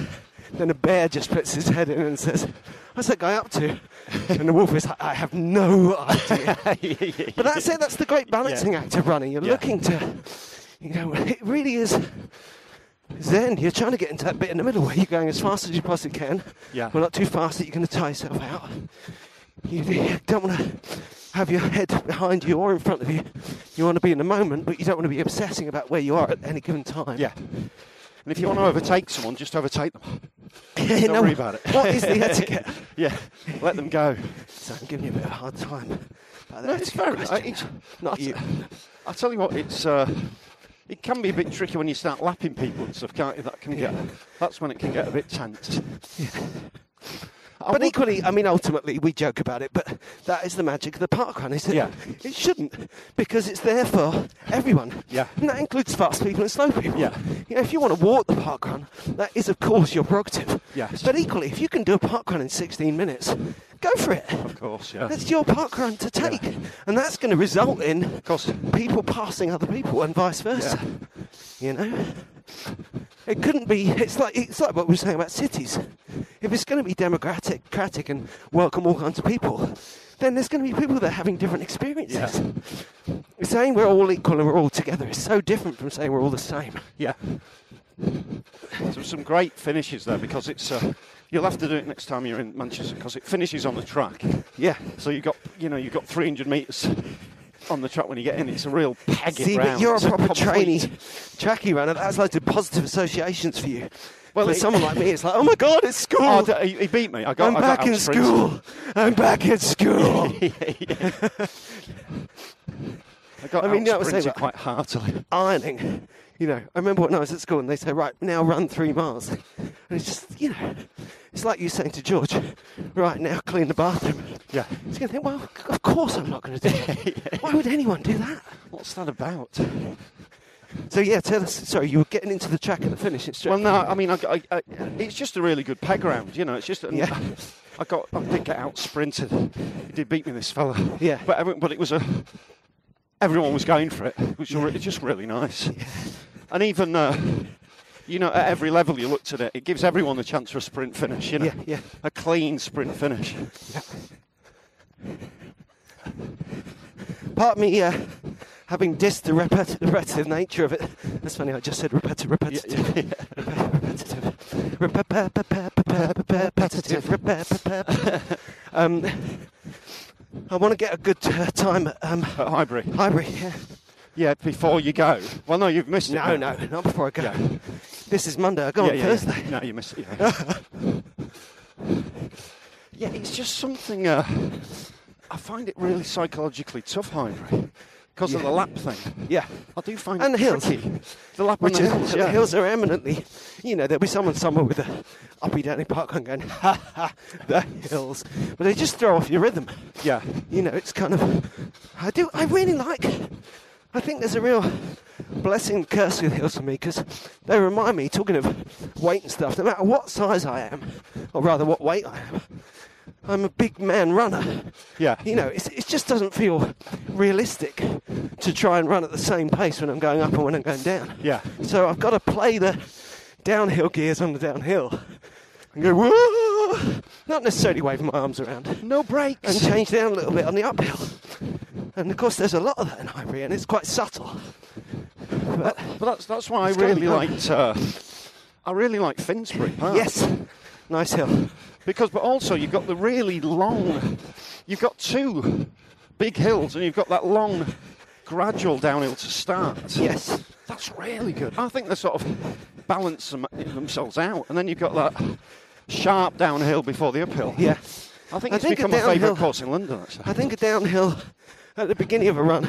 A: then a bear just puts his head in and says, "What's that guy up to?" And the wolf is like, "I have no idea." But that's it. That's the great balancing act of running. You're
B: Yeah.
A: looking to, you know, it really is. Then you're trying to get into that bit in the middle where you're going as fast as you possibly can.
B: Yeah.
A: But not too fast that you're going to tire yourself out. You, you don't want to have your head behind you or in front of you. You want to be in the moment, but you don't want to be obsessing about where you are at any given time.
B: Yeah. And if you want to overtake someone, just overtake them.
A: Don't
B: worry about it.
A: What is the etiquette?
B: Yeah. Let them go.
A: So I'm giving you a bit of a hard time. about that
B: No, it's
A: etiquette
B: fair. I,
A: question.
B: it's,
A: Not
B: I-
A: you.
B: I tell you what, it's uh, it can be a bit tricky when you start lapping people and stuff, can't it? That can get that's when it can get a bit tense. I
A: But
B: would-
A: equally, I mean, ultimately, we joke about it, but that is the magic of the park run, is it?
B: Yeah.
A: It shouldn't, because it's there for everyone.
B: Yeah.
A: And that includes fast people and slow people.
B: Yeah.
A: You know, if you want to walk the park run, that is, of course, your prerogative.
B: Yes.
A: But equally, if you can do a park run in 16 minutes, go for it.
B: of course, yeah.
A: That's your park run to take. And that's going to result in of
B: course.
A: people passing other people and vice versa. You know? It couldn't be it's like it's like what we were saying about cities. If it's gonna be democratic democratic and welcome all kinds of people, then there's gonna be people that are having different experiences. Saying we're all equal and we're all together is so different from saying we're all the same.
B: Yeah. So some great finishes there because it's uh, you'll have to do it next time you're in Manchester because it finishes on the track.
A: Yeah.
B: So you've got you know you've got 300 metres on the track when you get in. It's a real pegging
A: See,
B: round.
A: but you're a
B: It's
A: proper
B: complete-
A: trainee, tracky runner. That's loads of positive associations for you. Well,
B: Well,
A: for
B: it-
A: someone like me, it's like, oh my god, it's school.
B: Oh, d- he he beat me. I got,
A: I'm
B: I got
A: back in
B: outsprinted.
A: school. I'm back in school.
B: I got
A: I mean, no, I was saying
B: outsprinted
A: that-
B: quite heartily.
A: Ironing. You know, I remember when I was at school and they say, right, now run three miles. And it's just, you know, it's like you saying to George, right, now clean the bathroom.
B: Yeah.
A: He's going to think, well, of course I'm not going to do that. Why would anyone do that?
B: What's that about?
A: So, yeah, tell us. Sorry, you were getting into the track at the finish. It's
B: Well, no, I mean, I, I, I, it's just a really good peg round, you know. It's just,
A: Yeah.
B: I got, I did get out sprinted. He did beat me, this fella.
A: Yeah.
B: But everyone, but it was a, everyone was going for it, which was re- just really nice. And even, uh, you know, at every level you looked at it, it gives everyone a chance for a sprint finish, you know.
A: Yeah, yeah.
B: A clean sprint finish.
A: Part of me, uh, having dissed the repet- repetitive nature of it, that's funny, I just said repetitive, repetitive. Repetitive. Repetitive. Repetitive. Repetitive. Um, I want to get a good uh, time at um,
B: At Highbury.
A: Highbury. Yeah.
B: Yeah, before you go. Well, no, you've missed
A: No,
B: it.
A: no, not before I go.
B: Yeah.
A: This is Monday, I go
B: Yeah,
A: on
B: yeah, yeah.
A: Thursday.
B: No, you missed it. Yeah, Yeah, it's just something. Uh, I find it really psychologically tough, Highbury, because of the lap thing.
A: Yeah.
B: I do find
A: And
B: it
A: the hills.
B: tricky. The lap
A: Which
B: on the
A: is,
B: hills.
A: the
B: yeah.
A: hills are eminently, you know, there'll be someone somewhere with a uppy downy park and going, ha ha, the hills. But they just throw off your rhythm.
B: Yeah.
A: you know, it's kind of. I do. I really like. I think there's a real blessing and curse with hills for me because they remind me, talking of weight and stuff, no matter what size I am, or rather what weight I am, I'm a big man runner.
B: Yeah.
A: You know, it's, it just doesn't feel realistic to try and run at the same pace when I'm going up and when I'm going down.
B: Yeah.
A: So I've got to play the downhill gears on the downhill and go, whoa! Not necessarily waving my arms around
B: No brakes.
A: and change down a little bit on the uphill. And of course, there's a lot of that in Highbury, and it's quite subtle. But
B: But that's that's why I
A: It's gotta be
B: really
A: fun.
B: liked. Uh, I really like Finsbury Park.
A: yes, nice hill.
B: Because, but also you've got the really long. You've got two big hills, and you've got that long, gradual downhill to start.
A: Yes,
B: That's really good. I think they sort of balance them, themselves out, and then you've got that sharp downhill before the uphill.
A: yeah.
B: I think
A: I think
B: it's
A: a
B: become my
A: downhill-
B: favourite course in London. Actually,
A: I think a downhill at the beginning of a run,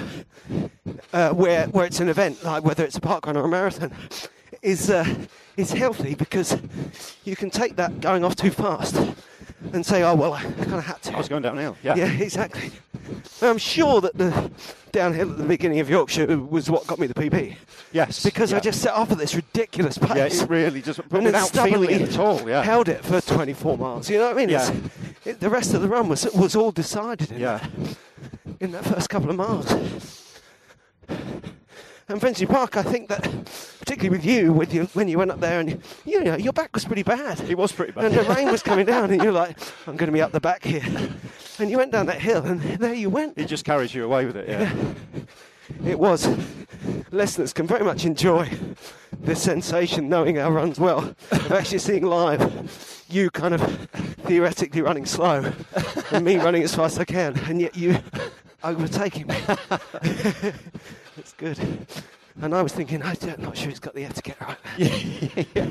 A: uh, where where it's an event like whether it's a park run or a marathon, is uh, is healthy because you can take that going off too fast and say, oh well, I kind of had to.
B: I was going downhill. Yeah,
A: Yeah, exactly. I'm sure that the downhill at the beginning of Yorkshire was what got me the PB.
B: Yes,
A: Because I
B: yeah.
A: just set off at this ridiculous pace.
B: Yeah, it really just. But
A: and then
B: without feeling
A: stubbornly
B: it at all, yeah.
A: held it for 24 miles. You know what I mean?
B: Yeah.
A: It's- It, the rest of the run was was all decided in,
B: Yeah.
A: in that first couple of miles. And Finchley Park, I think that, particularly with you, with you when you went up there and you, you know your back was pretty bad.
B: It was pretty bad.
A: And the rain was coming down, and you're like, I'm going to be up the back here. And you went down that hill, and there you went.
B: It just carries you away with it, yeah.
A: It was. Listeners can very much enjoy the sensation, knowing our runs well, of actually seeing live you kind of theoretically running slow and me running as fast as I can, and yet you overtaking me. it's good. And I was thinking, I'm not sure he's got the etiquette right.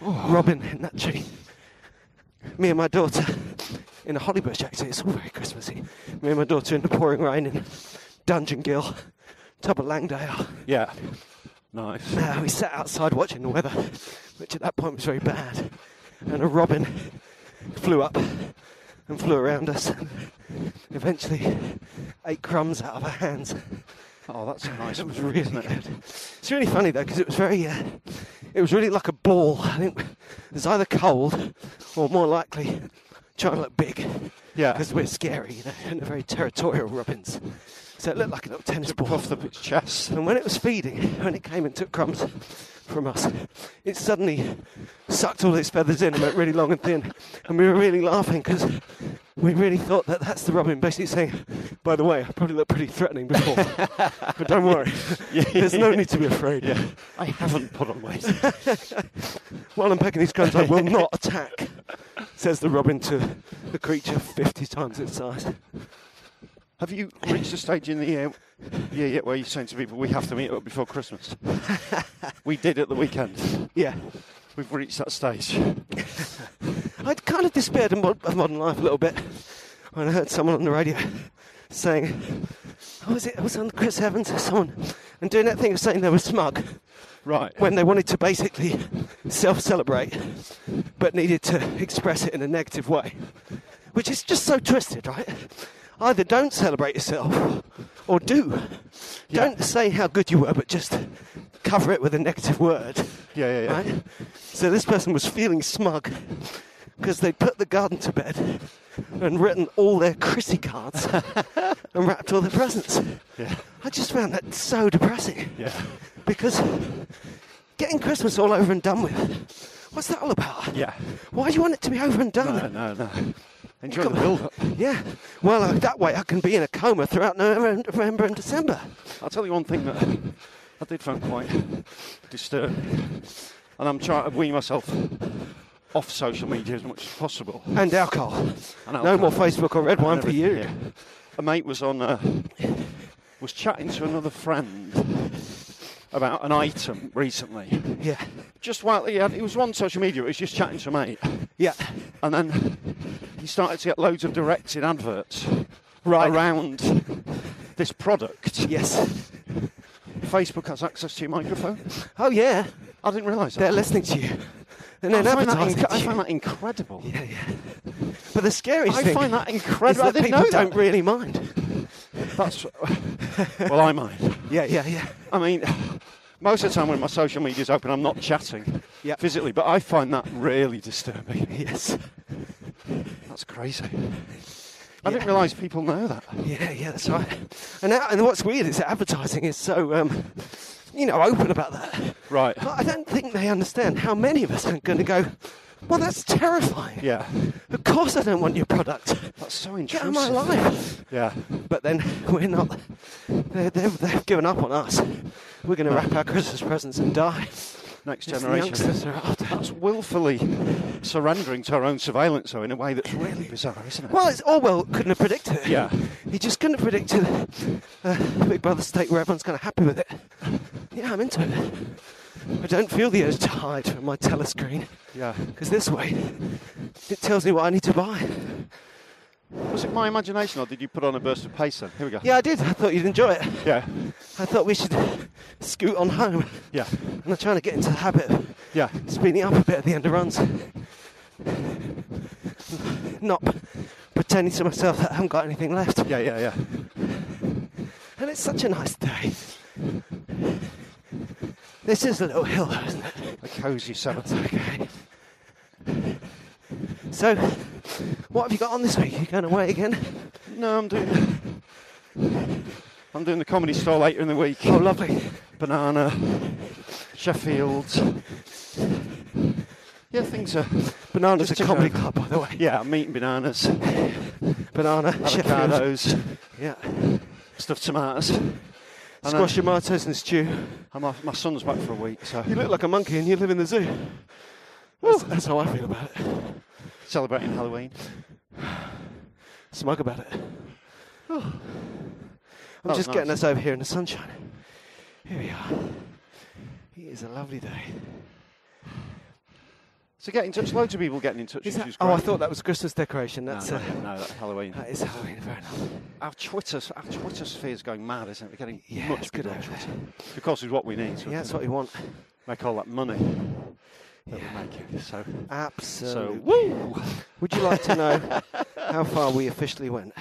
A: Robin in that tree. Me and my daughter in a hollybush actually, it's all very Christmassy. Me and my daughter in the pouring rain in Dungeon Gill, top of Langdale.
B: Yeah. Nice.
A: Uh, we sat outside watching the weather, which at that point was very bad. And a robin flew up and flew around us and eventually ate crumbs out of our hands.
B: Oh, that's a nice.
A: It was really good. It's really funny though because it was very, uh, it was really like a ball. I think it was either cold or more likely trying to look big.
B: Yeah.
A: because we're scary, you know, and they're very territorial robins. So it looked like a little tennis ball.
B: Puffed up its chest.
A: And when it was feeding, when it came and took crumbs from us, it suddenly sucked all its feathers in and went really long and thin. And we were really laughing because we really thought that that's the robin basically saying, by the way, I probably looked pretty threatening before, but don't worry, there's no need to be afraid.
B: Yeah. I haven't put on weight.
A: While I'm packing these guns, I will not attack, says the robin to the creature 50 times its size.
B: Have you reached a stage in the year, year yet where you're saying to people, we have to meet up before Christmas? we did at the weekend.
A: Yeah.
B: We've reached that stage.
A: I'd kind of despaired of mod- of modern life a little bit when I heard someone on the radio saying, "Oh, was it? It was on Chris Evans or someone," and doing that thing of saying they were smug
B: Right.
A: when they wanted to basically self-celebrate, but needed to express it in a negative way, which is just so twisted, right? Either don't celebrate yourself or do.
B: Yeah.
A: Don't say how good you were, but just cover it with a negative word.
B: Yeah, yeah, yeah.
A: Right? So this person was feeling smug because they'd put the garden to bed and written all their Chrissy cards and wrapped all their presents.
B: Yeah.
A: I just found that so depressing
B: Yeah.
A: because getting Christmas all over and done with, what's that all about?
B: Yeah.
A: Why do you want it to be over and done?
B: No, no, no. Enjoy
A: Come
B: the
A: on.
B: build up.
A: Yeah. Well, uh, that way I can be in a coma throughout November and, November and December.
B: I'll tell you one thing that I did find quite disturbing. And I'm trying to wean myself off social media as much as possible.
A: And alcohol.
B: And
A: No
B: alcohol.
A: more Facebook or red wine for
B: everything,
A: you.
B: yeah. A mate was on, uh, was chatting to another friend about an item recently.
A: Yeah.
B: Just while he had, he was on social media, he was just chatting to a mate,
A: Yeah.
B: and then he started to get loads of directed adverts
A: Right.
B: around this product.
A: Yes.
B: Facebook has access to your microphone.
A: Oh, yeah.
B: I didn't realise that.
A: They're listening to you. And
B: I
A: then
B: find, that
A: advertising
B: inc-
A: to
B: I
A: you.
B: find that incredible.
A: Yeah, yeah. But the scariest
B: I
A: thing
B: find that
A: is
B: incredible. I
A: that
B: didn't
A: people
B: know
A: don't
B: that.
A: really mind.
B: That's well, I mind.
A: Yeah, yeah, yeah.
B: I mean, most of the time when my social media's open, I'm not chatting
A: Yeah.
B: physically, but I find that really disturbing.
A: Yes.
B: That's crazy. I didn't realise people know that.
A: Yeah, yeah, that's right. And that, and what's weird is that advertising is so, um, you know, open about that.
B: Right.
A: But I don't think they understand how many of us are going to go. Well, that's terrifying.
B: Yeah.
A: Of course, I don't want your product.
B: That's so
A: Get out
B: intrusive.
A: of my life.
B: Yeah.
A: But then we're not. They're, they've, they've given up on us. We're going to wrap our Christmas presents and die.
B: Next
A: It's the
B: generation.
A: youngsters are after.
B: That's willfully surrendering to our own surveillance, though, in a way that's really bizarre, isn't it?
A: Well, it's Orwell couldn't have predicted it.
B: Yeah.
A: He just couldn't have predicted a Big Brother state where everyone's kind of happy with it. Yeah, I'm into it. I don't feel the urge to hide from my telescreen
B: yeah.
A: because this way it tells me what I need to buy.
B: Was it my imagination, or did you put on a burst of pace then? Here we go.
A: Yeah, I did. I thought you'd enjoy it.
B: Yeah.
A: I thought we should scoot on home.
B: Yeah.
A: I'm trying to get into the habit of
B: Yeah.
A: speeding up a bit at the end of runs. not pretending to myself that I haven't got anything left.
B: Yeah, yeah, yeah.
A: And it's such a nice day. This is a little hill, though, isn't it?
B: A cosy seventh.
A: Okay. So, what have you got on this week? You going away again?
B: No, I'm doing. I'm doing the comedy store later in the week.
A: Oh, lovely.
B: Banana, Sheffield. Yeah, things are.
A: Banana's a
B: Just took
A: comedy
B: over.
A: club, by the way.
B: Yeah, I'm eating bananas,
A: Banana, Sheffield.
B: avocados,
A: Yeah.
B: stuffed tomatoes. I know.
A: Squash tomatoes and stew.
B: I'm off, my son's back for a week, so
A: You look like a monkey and you live in the zoo. That's, that's how I feel about it.
B: celebrating Halloween.
A: Smug about it. I'm
B: was
A: just
B: nice.
A: getting us over here in the sunshine. Here we are. It is a lovely day.
B: So get in touch. Loads of people getting in touch,
A: Is
B: which
A: that-
B: is great.
A: oh, I thought that was Christmas decoration.
B: No,
A: That's
B: no,
A: uh,
B: no, that's Halloween.
A: that is Halloween. Fair enough.
B: Our Twitter, our Twitter sphere is going mad, isn't it? We're getting
A: Yeah,
B: much
A: it's good
B: people on
A: over there.
B: Twitter. Of course, it's what we need. So
A: Yeah, that's what you want.
B: make all that money that we're making. So, so
A: Absolutely.
B: woo!
A: Would you like to know how far we officially went?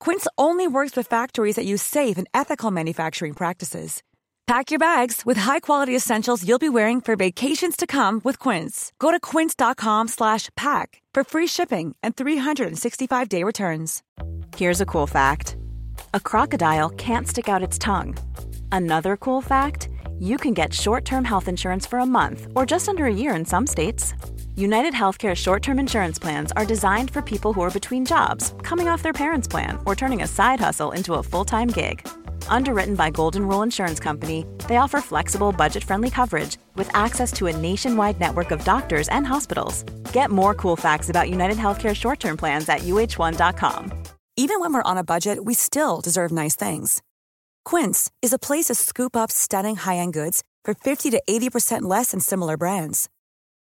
C: Quince only works with factories that use safe and ethical manufacturing practices. Pack your bags with high-quality essentials you'll be wearing for vacations to come with Quince. Go to quince.com slash pack for free shipping and 365-day returns. Here's a cool fact. A crocodile can't stick out its tongue. Another cool fact, you can get short-term health insurance for a month or just under a year in some states. United Healthcare short-term insurance plans are designed for people who are between jobs, coming off their parents' plan, or turning a side hustle into a full-time gig. Underwritten by Golden Rule Insurance Company, they offer flexible, budget-friendly coverage with access to a nationwide network of doctors and hospitals. Get more cool facts about United Healthcare short-term plans at uh1.com.
D: Even when we're on a budget, we still deserve nice things. Quince is a place to scoop up stunning high-end goods for 50 to 80% less than similar brands.